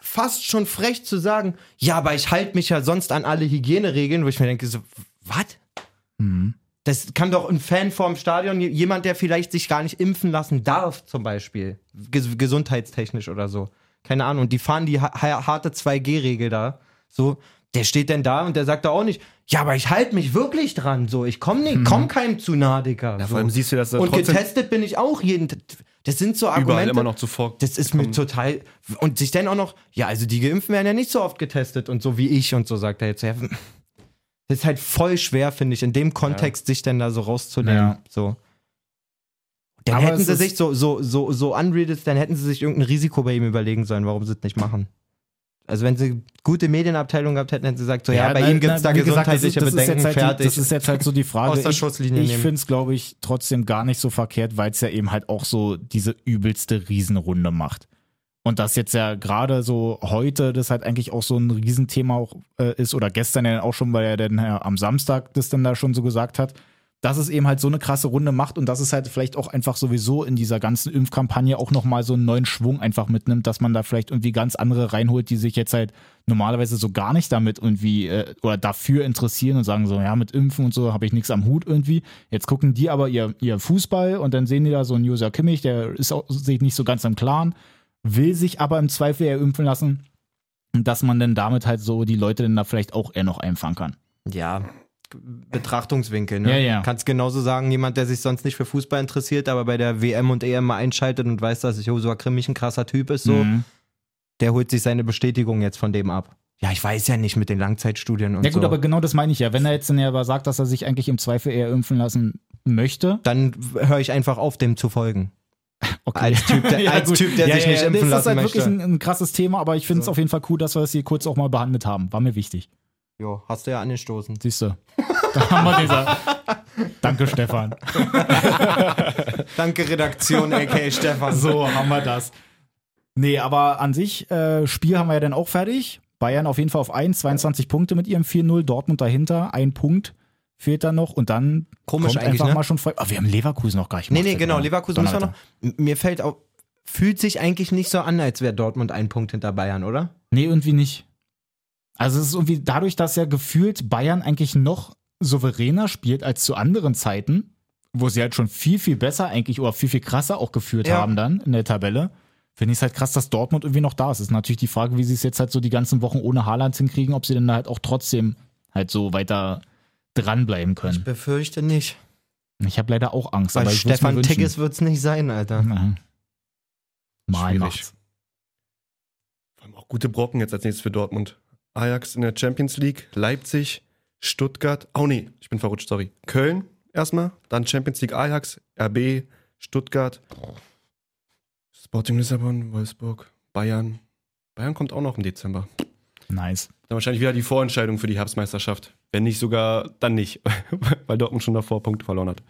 B: fast schon frech zu sagen, ja, aber ich halte mich ja sonst an alle Hygieneregeln, wo ich mir denke, so, was?
A: Mhm.
B: Das kann doch ein Fan vorm Stadion, j- jemand, der vielleicht sich gar nicht impfen lassen darf, zum Beispiel. Ges gesundheitstechnisch oder so. Keine Ahnung. Und die fahren die ha ha- harte 2G-Regel da. So, der steht denn da und der sagt da auch nicht, ja, aber ich halte mich wirklich dran. So, ich komme nicht, komm keinem zu nah, Digga.
E: Ja,
B: so.
E: vor allem siehst du, dass er
B: und
E: trotzdem
B: getestet bin ich auch jeden. T- Das sind so
E: überall
B: Argumente.
E: immer noch zuvor.
B: Das ist mir total. Und sich dann auch noch, ja, also die Geimpften werden ja nicht so oft getestet und so wie ich und so, sagt er jetzt. Ja, Das ist halt voll schwer, finde ich, in dem Kontext sich denn da so rauszunehmen.
A: Ja.
B: So. Dann
A: Aber
B: hätten
A: es
B: sie
A: ist-
B: sich so, so, so, so unreadet, dann hätten sie sich irgendein Risiko bei ihm überlegen sollen, warum sie es nicht machen. Also wenn sie gute Medienabteilung gehabt hätten, hätten sie gesagt, so ja, bei
A: na-
B: ihm gibt es
A: na,
B: da
A: wie gesagt, das
B: gesundheitliche
A: ist- das ist
B: Bedenken,
A: jetzt halt die-
B: fertig.
A: Das ist jetzt halt so die Frage.
B: Aus der
A: Ich-
B: Schusslinie
A: Ich
B: nehmen.
A: finde es, glaube ich, trotzdem gar nicht so verkehrt, weil es ja eben halt auch so diese übelste Riesenrunde macht. Und das jetzt ja gerade so heute, das halt eigentlich auch so ein Riesenthema auch äh, ist, oder gestern ja auch schon, weil er dann ja, am Samstag das dann da schon so gesagt hat, dass es eben halt so eine krasse Runde macht und dass es halt vielleicht auch einfach sowieso in dieser ganzen Impfkampagne auch nochmal so einen neuen Schwung einfach mitnimmt, dass man da vielleicht irgendwie ganz andere reinholt, die sich jetzt halt normalerweise so gar nicht damit irgendwie äh, oder dafür interessieren und sagen so, ja, mit Impfen und so habe ich nichts am Hut irgendwie. Jetzt gucken die aber ihr, ihr Fußball und dann sehen die da so einen User Kimmich, der ist auch, sich nicht so ganz im Klaren, will sich aber im Zweifel eher impfen lassen. Und dass man dann damit halt so die Leute dann da vielleicht auch eher noch einfangen kann.
B: ja, Betrachtungswinkel. Ne?
A: Ja, ja.
B: Kannst genauso sagen, jemand, der sich sonst nicht für Fußball interessiert, aber bei der WM und EM mal einschaltet und weiß, dass Josua Kimmich ein krasser Typ ist, so,
A: Mhm.
B: der holt sich seine Bestätigung jetzt von dem ab. Ja, ich weiß ja nicht mit den Langzeitstudien und
A: Ja gut,
B: so.
A: aber genau das meine ich ja. Wenn er jetzt dann ja aber sagt, dass er sich eigentlich im Zweifel eher impfen lassen möchte,
B: dann höre ich einfach auf, dem zu folgen.
A: okay.
B: Als Typ, der, als
A: gut.
B: typ, der
A: Ja,
B: sich
A: ja,
B: nicht
A: ja.
B: impfen
A: Das ist
B: lassen
A: halt
B: möchte.
A: wirklich ein, ein krasses Thema, aber ich finde es auf jeden Fall cool, dass wir das hier kurz auch mal behandelt haben. War mir wichtig.
B: Jo, hast du ja angestoßen.
A: Siehst du. Da haben wir dieser. Danke, Stefan.
B: Danke, Redaktion, a.k.a. Stefan.
A: So haben wir das. Nee, aber an sich, äh, Spiel haben wir ja dann auch fertig. Bayern auf jeden Fall auf 1, 22 Punkte mit ihrem 4-0, Dortmund dahinter, ein Punkt fehlt da noch und dann
B: Komisch
A: kommt
B: eigentlich,
A: einfach
B: ne?
A: mal schon frei. Ah, wir haben Leverkusen noch gar nicht
B: Nee,
A: gemacht,
B: nee, genau,
A: Alter.
B: Leverkusen müssen wir noch.
A: Donnerwetter.
B: M- Mir fällt auch, fühlt sich eigentlich nicht so an, als wäre Dortmund ein Punkt hinter Bayern, oder?
A: Nee, irgendwie nicht. Also es ist irgendwie dadurch, dass ja gefühlt Bayern eigentlich noch souveräner spielt als zu anderen Zeiten, wo sie halt schon viel, viel besser eigentlich oder viel, viel krasser auch geführt
B: Ja.
A: haben dann in der Tabelle. Finde ich es halt krass, dass Dortmund irgendwie noch da ist. Ist natürlich die Frage, wie sie es jetzt halt so die ganzen Wochen ohne Haaland hinkriegen, ob sie denn da halt auch trotzdem halt so weiter dranbleiben können.
B: Befürchte nicht.
A: Ich habe leider auch Angst,
B: Bei
A: aber ich würd's mir
B: Stefan
A: wünschen.
B: Tigges wird's nicht sein, Alter.
A: Ja. Mal
E: Schwierig.
A: macht's.
E: Vor allem auch gute Brocken jetzt als nächstes für Dortmund. Ajax in der Champions League, Leipzig, Stuttgart. Oh nee, ich bin verrutscht, sorry. Köln erstmal, dann Champions League Ajax, RB, Stuttgart, Sporting Lissabon, Wolfsburg, Bayern. Bayern kommt auch noch im Dezember.
A: Nice.
E: Dann wahrscheinlich wieder die Vorentscheidung für die Herbstmeisterschaft. Wenn nicht sogar, dann nicht. Weil Dortmund schon davor Punkte verloren hat.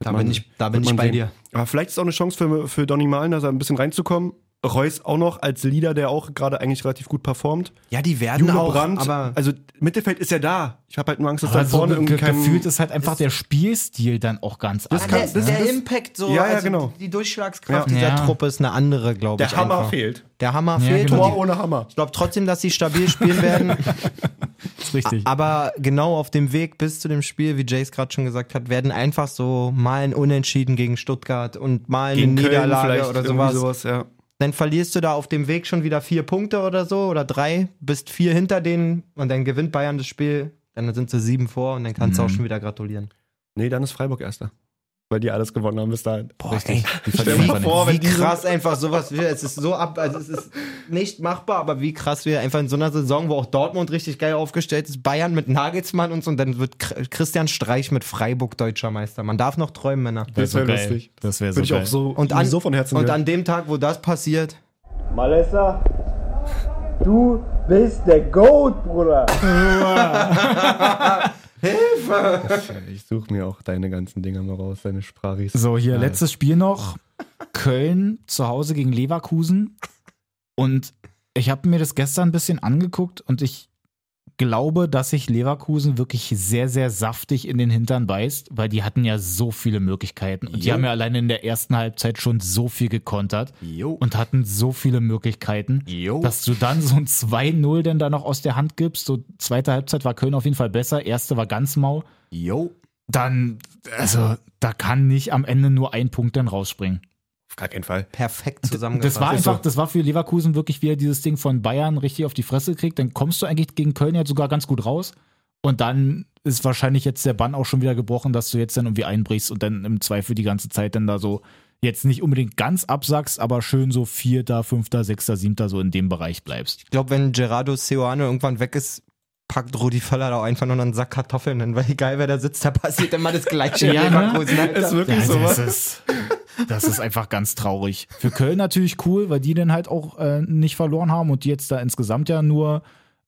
B: Da
E: man-
B: bin ich, da bin
E: wird
B: ich
E: man
B: bei
E: sehen.
B: dir.
E: Aber vielleicht ist auch eine Chance für, für Donny Malen, da so ein bisschen reinzukommen. Reus auch noch als Leader, der auch gerade eigentlich relativ gut performt.
B: Ja, die werden
E: Juno
B: auch,
E: Brandt,
B: aber
E: also Mittelfeld ist ja da. Ich habe halt nur Angst, dass
A: Aber
E: da
A: so
E: vorne
A: Also ge
E: irgendwie
A: ge
E: kein...
A: gefühlt ist halt einfach der Spielstil dann auch ganz anders.
B: Ah, der,
A: ne?
B: der Impact so, also
E: Ja, ja, genau.
B: die Durchschlagskraft
A: Ja.
B: dieser
A: Ja.
B: Truppe ist eine andere, glaube ich.
E: der Hammer
B: einfach.
E: fehlt.
B: Der Hammer
A: Ja,
B: fehlt.
A: genau.
B: und
E: Tor
B: die-
E: ohne Hammer.
B: Ich glaube trotzdem, dass sie stabil spielen werden.
A: Ist richtig.
B: Aber genau auf dem Weg bis zu dem Spiel, wie Jace gerade schon gesagt hat, werden einfach so mal ein Unentschieden gegen Stuttgart und mal eine Niederlage oder sowas.
E: sowas ja.
B: Dann verlierst du da auf dem Weg schon wieder vier Punkte oder so oder drei, bist vier hinter denen und dann gewinnt Bayern das Spiel. Dann sind sie sieben vor und dann kannst du
E: Mhm.
B: auch schon wieder gratulieren.
E: Nee, dann ist Freiburg erster. Weil die alles gewonnen haben bis dahin. Also
B: Boah,
A: Die
B: Richtig.
E: Stell
A: verlieren
E: dir
A: wir
E: mal
A: nicht.
E: vor,
B: Wie
E: wenn die so-
B: krass einfach sowas wird. Es ist so ab, also es ist nicht machbar, aber wie krass wir einfach in so einer Saison, wo auch Dortmund richtig geil aufgestellt ist, Bayern mit Nagelsmann und so, und dann wird Kr- Christian Streich mit Freiburg deutscher Meister. Man darf noch träumen, Männer.
E: Das wäre lustig.
A: Das wäre so
E: Würde ich
A: geil.
E: auch so,
B: Und an,
E: so von Herzen
B: und
E: gönnen.
B: an dem Tag, wo das passiert,
I: Malessa, du bist der Goat, Bruder.
E: Ich suche mir auch deine ganzen Dinger mal raus, deine Sprachis.
A: So, hier, letztes Spiel noch. Köln zu Hause gegen Leverkusen. Und ich habe mir das gestern ein bisschen angeguckt und ich glaube, dass sich Leverkusen wirklich sehr, sehr saftig in den Hintern beißt, weil die hatten ja so viele Möglichkeiten. Und die haben ja alleine in der ersten Halbzeit schon so viel gekontert und hatten so viele Möglichkeiten, dass du dann so ein 2-0 denn da noch aus der Hand gibst. So, zweite Halbzeit war Köln auf jeden Fall besser, erste war ganz mau dann, also, da kann nicht am Ende nur ein Punkt dann rausspringen.
E: Auf gar keinen Fall.
B: perfekt zusammengefasst. Also,
A: Das war
B: Ist so.
A: einfach, das war für Leverkusen wirklich wieder dieses Ding von Bayern richtig auf die Fresse gekriegt. Dann kommst du eigentlich gegen Köln ja sogar ganz gut raus. Und dann ist wahrscheinlich jetzt der Bann auch schon wieder gebrochen, dass du jetzt dann irgendwie einbrichst und dann im Zweifel die ganze Zeit dann da so jetzt nicht unbedingt ganz absackst, aber schön so Vierter, Fünfter, Sechster, Siebter so in dem Bereich bleibst.
B: Ich glaube, wenn Gerardo Seoane irgendwann weg ist, packt Rudi Völler da einfach nur noch einen Sack Kartoffeln hin, weil egal wer da sitzt, da passiert immer das Gleiche. in
A: Ja, ne?
B: Leverkusen, Alter. also
E: Ist wirklich
A: Ja,
E: so
A: das,
E: was.
A: ist, das ist einfach ganz traurig. Für Köln natürlich cool, weil die dann halt auch äh, nicht verloren haben und die jetzt da insgesamt ja nur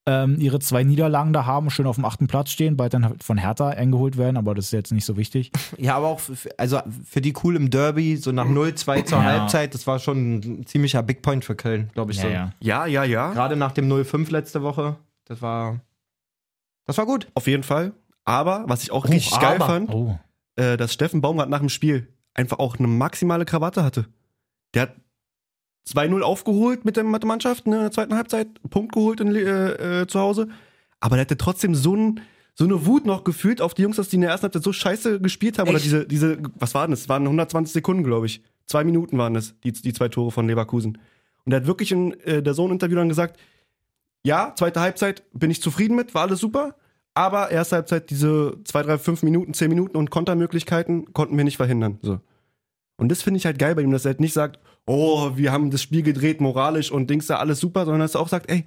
A: ähm, ihre zwei Niederlagen da haben, schön auf dem achten Platz stehen, bald dann halt von Hertha eingeholt werden, aber das ist jetzt nicht so wichtig.
B: Ja, aber auch für, für- also für die cool im Derby, so nach 0-2 zur
A: Ja.
B: Halbzeit, das war schon ein ziemlicher Big Point für Köln, glaube ich. so.
E: Ja, ja, ja.
B: Gerade nach dem 0-5 letzte Woche, das war, das war gut.
E: Auf jeden Fall. Aber, was ich auch richtig geil
B: aber.
E: fand,
A: Oh.
E: äh, dass Steffen Baumgart nach dem Spiel einfach auch eine maximale Krawatte hatte. Der hat 2-0 aufgeholt mit der mit der Mannschaft ne, in der zweiten Halbzeit, einen Punkt geholt in, Le- äh, äh, zu Hause. Aber der hatte trotzdem so, ein, so eine Wut noch gefühlt auf die Jungs, dass die in der ersten Halbzeit so scheiße gespielt haben. Oder
B: Echt?
E: diese, diese, was waren das? Das waren 120 Sekunden, glaube ich. Zwei Minuten waren es, die, die zwei Tore von Leverkusen. Und er hat wirklich in äh, der Sohn-Interview dann gesagt, ja, zweite Halbzeit bin ich zufrieden mit, war alles super. Aber erste Halbzeit, diese zwei, drei, fünf Minuten, zehn Minuten und Kontermöglichkeiten konnten wir nicht verhindern. So. Und das finde ich halt geil bei ihm, dass er halt nicht sagt, oh, wir haben das Spiel gedreht, moralisch und Dings da alles super, sondern dass er auch sagt, ey,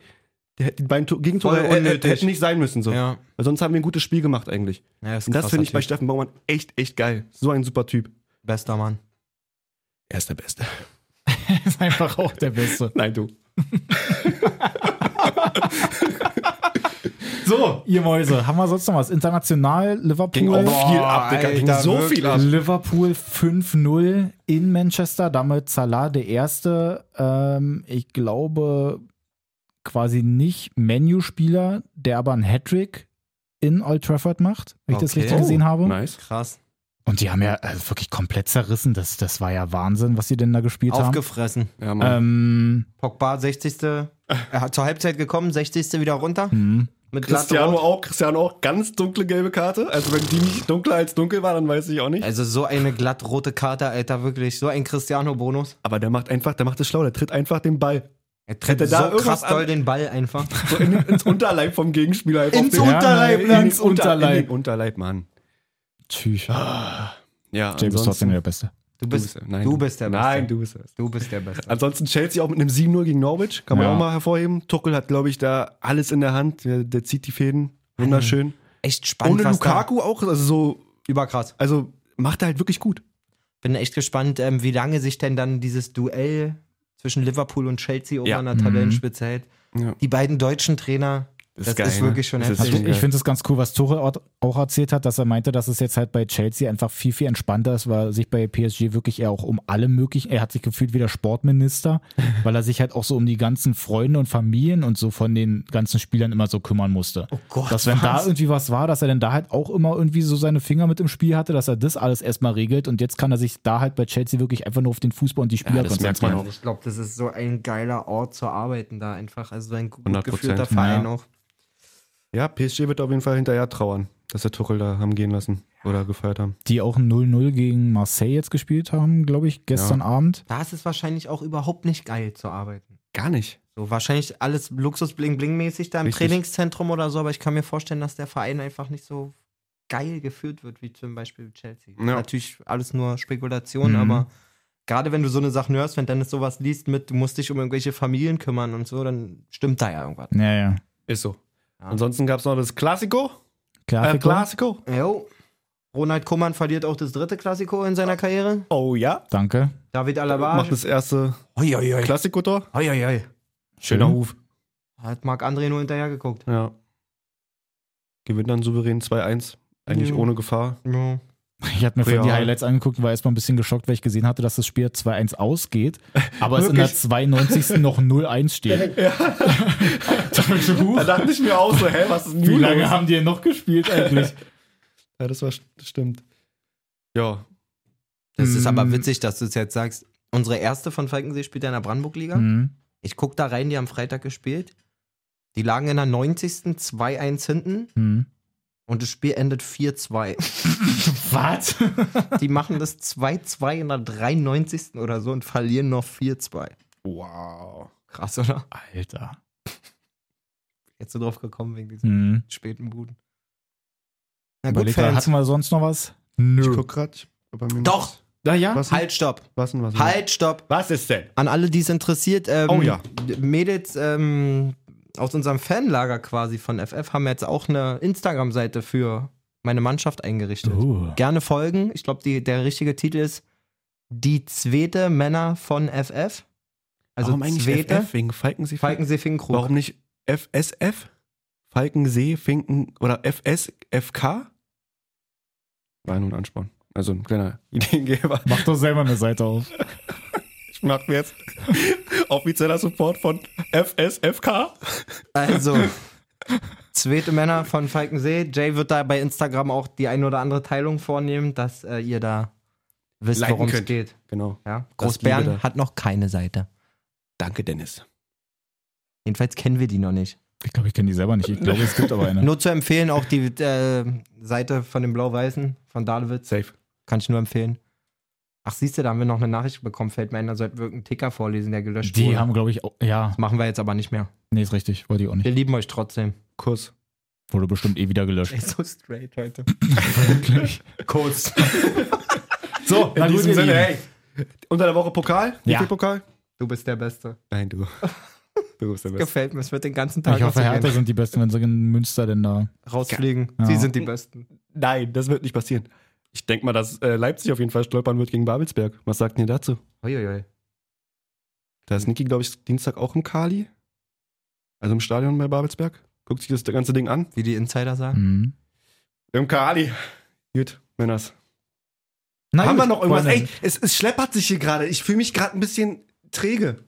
E: der, die beiden To- Gegentore
B: Voll
E: äh, äh,
B: unnötig.
E: hätten nicht sein müssen. So.
B: Ja.
E: Weil sonst haben wir ein gutes Spiel gemacht eigentlich.
B: ja ist
E: Und das
B: krasser
E: finde ich bei
B: Typ.
E: Steffen Baumann echt, echt geil. So ein super Typ.
B: Bester Mann.
E: Er ist der Beste.
A: ist einfach auch der Beste.
E: Nein, du.
A: So, ihr Mäuse, haben wir sonst noch was? International, Liverpool.
E: Ging auch viel ab, Digga. Ging
B: Alter,
E: so viel ab.
A: Liverpool 5-0 in Manchester, damit Salah der erste, ähm, ich glaube, quasi nicht Menu-Spieler, der aber einen Hattrick in Old Trafford macht, wenn ich das
B: Okay.
A: richtig gesehen habe.
E: Nice.
B: Krass.
A: Und die haben ja also wirklich komplett zerrissen. Das, das war ja Wahnsinn, was sie denn da gespielt Ähm,
B: Aufgefressen.
E: Ja, Mann.
A: haben.
B: Pogba, 60. Er hat zur Halbzeit gekommen, 60. wieder runter.
A: Ähm, hm.
B: Mit
E: Cristiano
B: Glattrot.
E: auch, Cristiano auch ganz dunkle gelbe Karte. Also wenn die nicht dunkler als dunkel war, dann weiß ich auch nicht.
B: Also so eine glattrote Karte, Alter, wirklich. So ein Cristiano-Bonus.
E: Aber der macht einfach, der macht es schlau, der tritt einfach den Ball.
B: Er tritt
E: Hätte da
B: so
E: irgendwas
B: krass
E: an-
B: doll den Ball einfach.
E: So in, den- ins Unterleib vom Gegenspieler. Einfach
B: Ins
E: auf den-
B: Unterleib,
E: in
A: Lanz,
E: ins Unterleib.
A: Unterleib.
E: In den Unterleib, Mann.
A: Tschüss.
E: Ja,
A: James ist trotzdem der Beste.
B: Du
E: du
B: bist,
E: bist, nein,
B: du bist der Beste.
E: Nein, du bist der Beste.
B: Du bist der Beste.
E: Ansonsten Chelsea auch mit einem 7-0 gegen Norwich, kann man
A: Ja.
E: auch mal hervorheben. Tuchel hat, glaube ich, da alles in der Hand. Der, der zieht die Fäden. Wunderschön.
B: echt spannend.
E: Ohne
B: was da-
E: Lukaku auch, also so,
B: Überkrass.
E: also macht er halt wirklich gut.
B: Bin echt gespannt, ähm, wie lange sich denn dann dieses Duell zwischen Liverpool und Chelsea oben
E: Ja.
B: an der Tabellenspitze hält.
E: Mhm. Ja.
B: Die beiden deutschen Trainer, das ist,
E: geil, ne?
B: wirklich schon
E: Das ist
A: Also
B: heftig.
A: ich ich finde es ganz cool, was Tuchel auch- auch erzählt hat, dass er meinte, dass es jetzt halt bei Chelsea einfach viel, viel entspannter ist, weil er sich bei PSG wirklich eher auch um alle möglichen, er hat sich gefühlt wie der Sportminister, weil er sich halt auch so um die ganzen Freunde und Familien und so von den ganzen Spielern immer so kümmern musste.
B: Oh Gott,
A: dass wenn da
B: was?
A: irgendwie was war, dass er dann da halt auch immer irgendwie so seine Finger mit im Spiel hatte, dass er das alles erstmal regelt und jetzt kann er sich da halt bei Chelsea wirklich einfach nur auf den Fußball und die Spieler
E: das merkt man
A: konzentrieren.
E: auch.
B: Ich glaube, das ist so ein geiler Ort zu arbeiten da einfach. Also so ein gut
E: 100%.
B: geführter Verein
A: Ja.
B: auch.
E: Ja, PSG wird auf jeden Fall hinterher trauern, dass der Tuchel da haben gehen lassen oder gefeiert haben.
A: Die auch ein 0-0 gegen Marseille jetzt gespielt haben, glaube ich, gestern Abend.
B: Da ist es wahrscheinlich auch überhaupt nicht geil zu arbeiten.
E: Gar nicht.
B: So wahrscheinlich alles Luxus-Bling-Bling-mäßig da im
E: Richtig.
B: Trainingszentrum oder so, aber ich kann mir vorstellen, dass der Verein einfach nicht so geil geführt wird, wie zum Beispiel Chelsea.
E: Ja.
B: Natürlich alles nur Spekulation,
A: Mhm.
B: aber gerade wenn du so eine Sachen hörst, wenn Dennis sowas liest mit, du musst dich um irgendwelche Familien kümmern und so, dann stimmt da ja irgendwas.
A: Ja, ja.
E: Ist so.
B: Ja.
E: Ansonsten gab es noch das Klassiko.
A: Klar,
E: Äh, Klassiko.
B: Jo. Ronald Koeman verliert auch das dritte Klassiko in seiner Karriere.
E: Oh ja.
A: danke.
B: David Alaba.
E: Macht das erste
B: Oi, oi, oi.
E: Klassiko-Tor.
B: Oi, oi, oi.
E: Schöner
A: Schön.
E: Huf.
B: Hat Marc-André nur hinterher geguckt.
E: Ja. Gewinnt dann souverän 2-1. Eigentlich
B: Ja.
E: ohne Gefahr.
B: Ja.
A: Ich hatte mir vorhin die
E: Ja.
A: Highlights angeguckt und war erstmal ein bisschen geschockt, weil ich gesehen hatte, dass das Spiel 2-1 ausgeht, aber es in der
E: Wirklich?
A: 92. noch 0-1 steht. Da hab ich so, huh,
E: Da dachte ich mir auch so, hä, was ist denn
A: Wie
E: nun
A: lange
E: los?
A: haben die denn noch gespielt eigentlich?
E: Ja, das war das stimmt. Ja.
B: Das ist aber
A: Mm.
B: witzig, dass du es jetzt sagst. Unsere erste von Falkensee spielt ja in der Brandenburg-Liga.
A: Mhm.
B: Ich guck da rein, die haben Freitag gespielt. Die lagen in der 90. 2-1 hinten
A: Mhm.
B: und das Spiel endet 4-2.
A: Was?
B: Die machen das 2-2 in der 93. oder so und verlieren noch 4-2.
E: Wow.
B: Krass, oder?
A: Alter.
B: Jetzt so drauf gekommen wegen diesem
A: Mhm.
B: späten Buden. Na gut,
A: Überleg mal,
B: Fans.
A: hatten wir sonst noch was? Nö.
E: Ich guck grad. Bei mir
B: Doch!
A: Na ja.
E: Was,
B: Halt, stopp!
E: was denn, Also was denn?
B: Halt, stopp!
E: Was ist denn?
B: An alle, die es interessiert, ähm,
E: Oh ja.
B: Mädels, ähm, aus unserem Fanlager quasi von FF haben wir jetzt auch eine Instagram-Seite für meine Mannschaft eingerichtet.
A: Oh.
B: Gerne folgen. Ich glaube, der richtige Titel ist Die zweite Männer von FF. Also
E: Warum eigentlich
B: zweite
E: FF wegen Falkensee?
B: Falkensee Finkenkrug.
E: Warum nicht FSF? Falkensee, Finken oder FSFK? War nur ein Ansporn. Also ein kleiner Ideengeber.
A: Mach doch selber eine Seite auf.
E: Ich mach mir jetzt offizieller Support von FSFK.
B: Also, zweite Männer von Falkensee. Jay wird da bei Instagram auch die ein oder andere Teilung vornehmen, dass äh, ihr da wisst,
E: Liken
B: worum es
E: könnt.
B: geht.
E: Genau.
B: Ja?
E: Das liebe
B: Großbären
E: da.
B: hat noch keine Seite.
E: Danke, Dennis.
B: Jedenfalls kennen wir die noch nicht.
A: Ich glaube, ich kenne die selber nicht. Ich glaube, es gibt aber eine.
B: Nur zu empfehlen, auch die äh, Seite von dem Blau-Weißen, von Dalewitz.
E: Safe.
B: Kann ich nur empfehlen. Ach, siehst du, da haben wir noch eine Nachricht bekommen, fällt mir ein, da sollten wir irgendeinen Ticker vorlesen, der gelöscht
A: Die
B: wurde.
A: haben, glaube ich, auch, ja.
B: das machen wir jetzt aber nicht mehr.
A: Nee, ist richtig. Wollte ich auch nicht.
B: Wir lieben euch trotzdem.
E: Kuss.
A: Wurde bestimmt eh wieder gelöscht.
B: so straight heute.
A: Wirklich.
B: Kurz.
E: So, in
A: Na gut,
E: diesem
A: ihr
E: Sinne,
A: Lieben.
E: hey. Unter der Woche Pokal?
A: Ja.
E: Wie viel Pokal?
B: Du bist der Beste.
E: Nein, du. Du bist der Beste.
B: Gefällt mir, es wird den ganzen Tag
A: Ich hoffe,
B: noch so
A: Hertha
B: gehen.
A: sind die Besten, wenn sie in Münster denn da.
B: rausfliegen.
A: Ja.
B: Sie sind die Besten.
E: Nein, das wird nicht passieren. Ich denke mal, dass äh, Leipzig auf jeden Fall stolpern wird gegen Babelsberg. Was sagt denn ihr dazu?
B: Uiuiui.
E: Da ist Niki, glaube ich, Dienstag auch im Kali. Also im Stadion bei Babelsberg. Guckt sich das ganze Ding an.
B: Wie die Insider sagen.
A: Mhm.
E: Im Kali. Gut, Männers.
A: Na
E: Haben
A: gut,
E: wir noch irgendwas?
A: Freunde.
E: Ey, es, es schleppert sich hier gerade. Ich fühle mich gerade ein bisschen träge.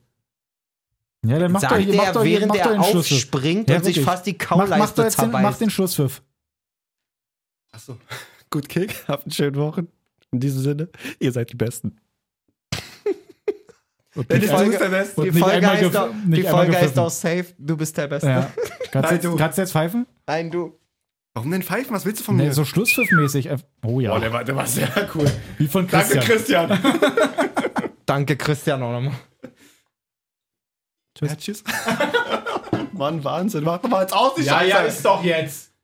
A: Ja, dann macht
B: Sagt
A: doch, hier- macht
B: er,
A: doch, hier-
B: während
A: macht doch
B: er
A: den Schlusspfiff.
B: aufspringt
A: Ja,
B: und sich
A: wirklich.
B: fast die
A: Mach, mach doch
B: Kauleiste
A: jetzt den, mach
B: zerbeißt.
A: den Schlusspfiff.
E: Achso. Gut Kick. Habt einen schönen Wochen. In diesem Sinne, ihr seid die Besten.
A: Und
B: Die
A: die
B: Folge-
A: Folge-
E: Beste.
A: Und
B: Die
A: nicht
B: Folge
A: einmal
B: heißt
A: gef-
B: auch-
A: nicht
B: die
A: einmal
B: Folge heißt
A: gepfiffen.
B: auch Safe, du bist der Beste.
A: Ja. Kannst,
E: Nein,
A: jetzt,
E: du.
A: kannst du jetzt pfeifen?
B: Nein, du.
E: Warum denn pfeifen? Was willst du von
A: Nee,
E: mir?
A: so Schlusspfiffmäßig. äh, Oh ja.
E: war, der war sehr cool.
A: Wie von Christian.
E: Christian.
B: Danke, Christian, auch nochmal.
E: Ja, tschüss. Mann, Wahnsinn. Mach doch mal jetzt aus, die
A: ja, ist doch jetzt.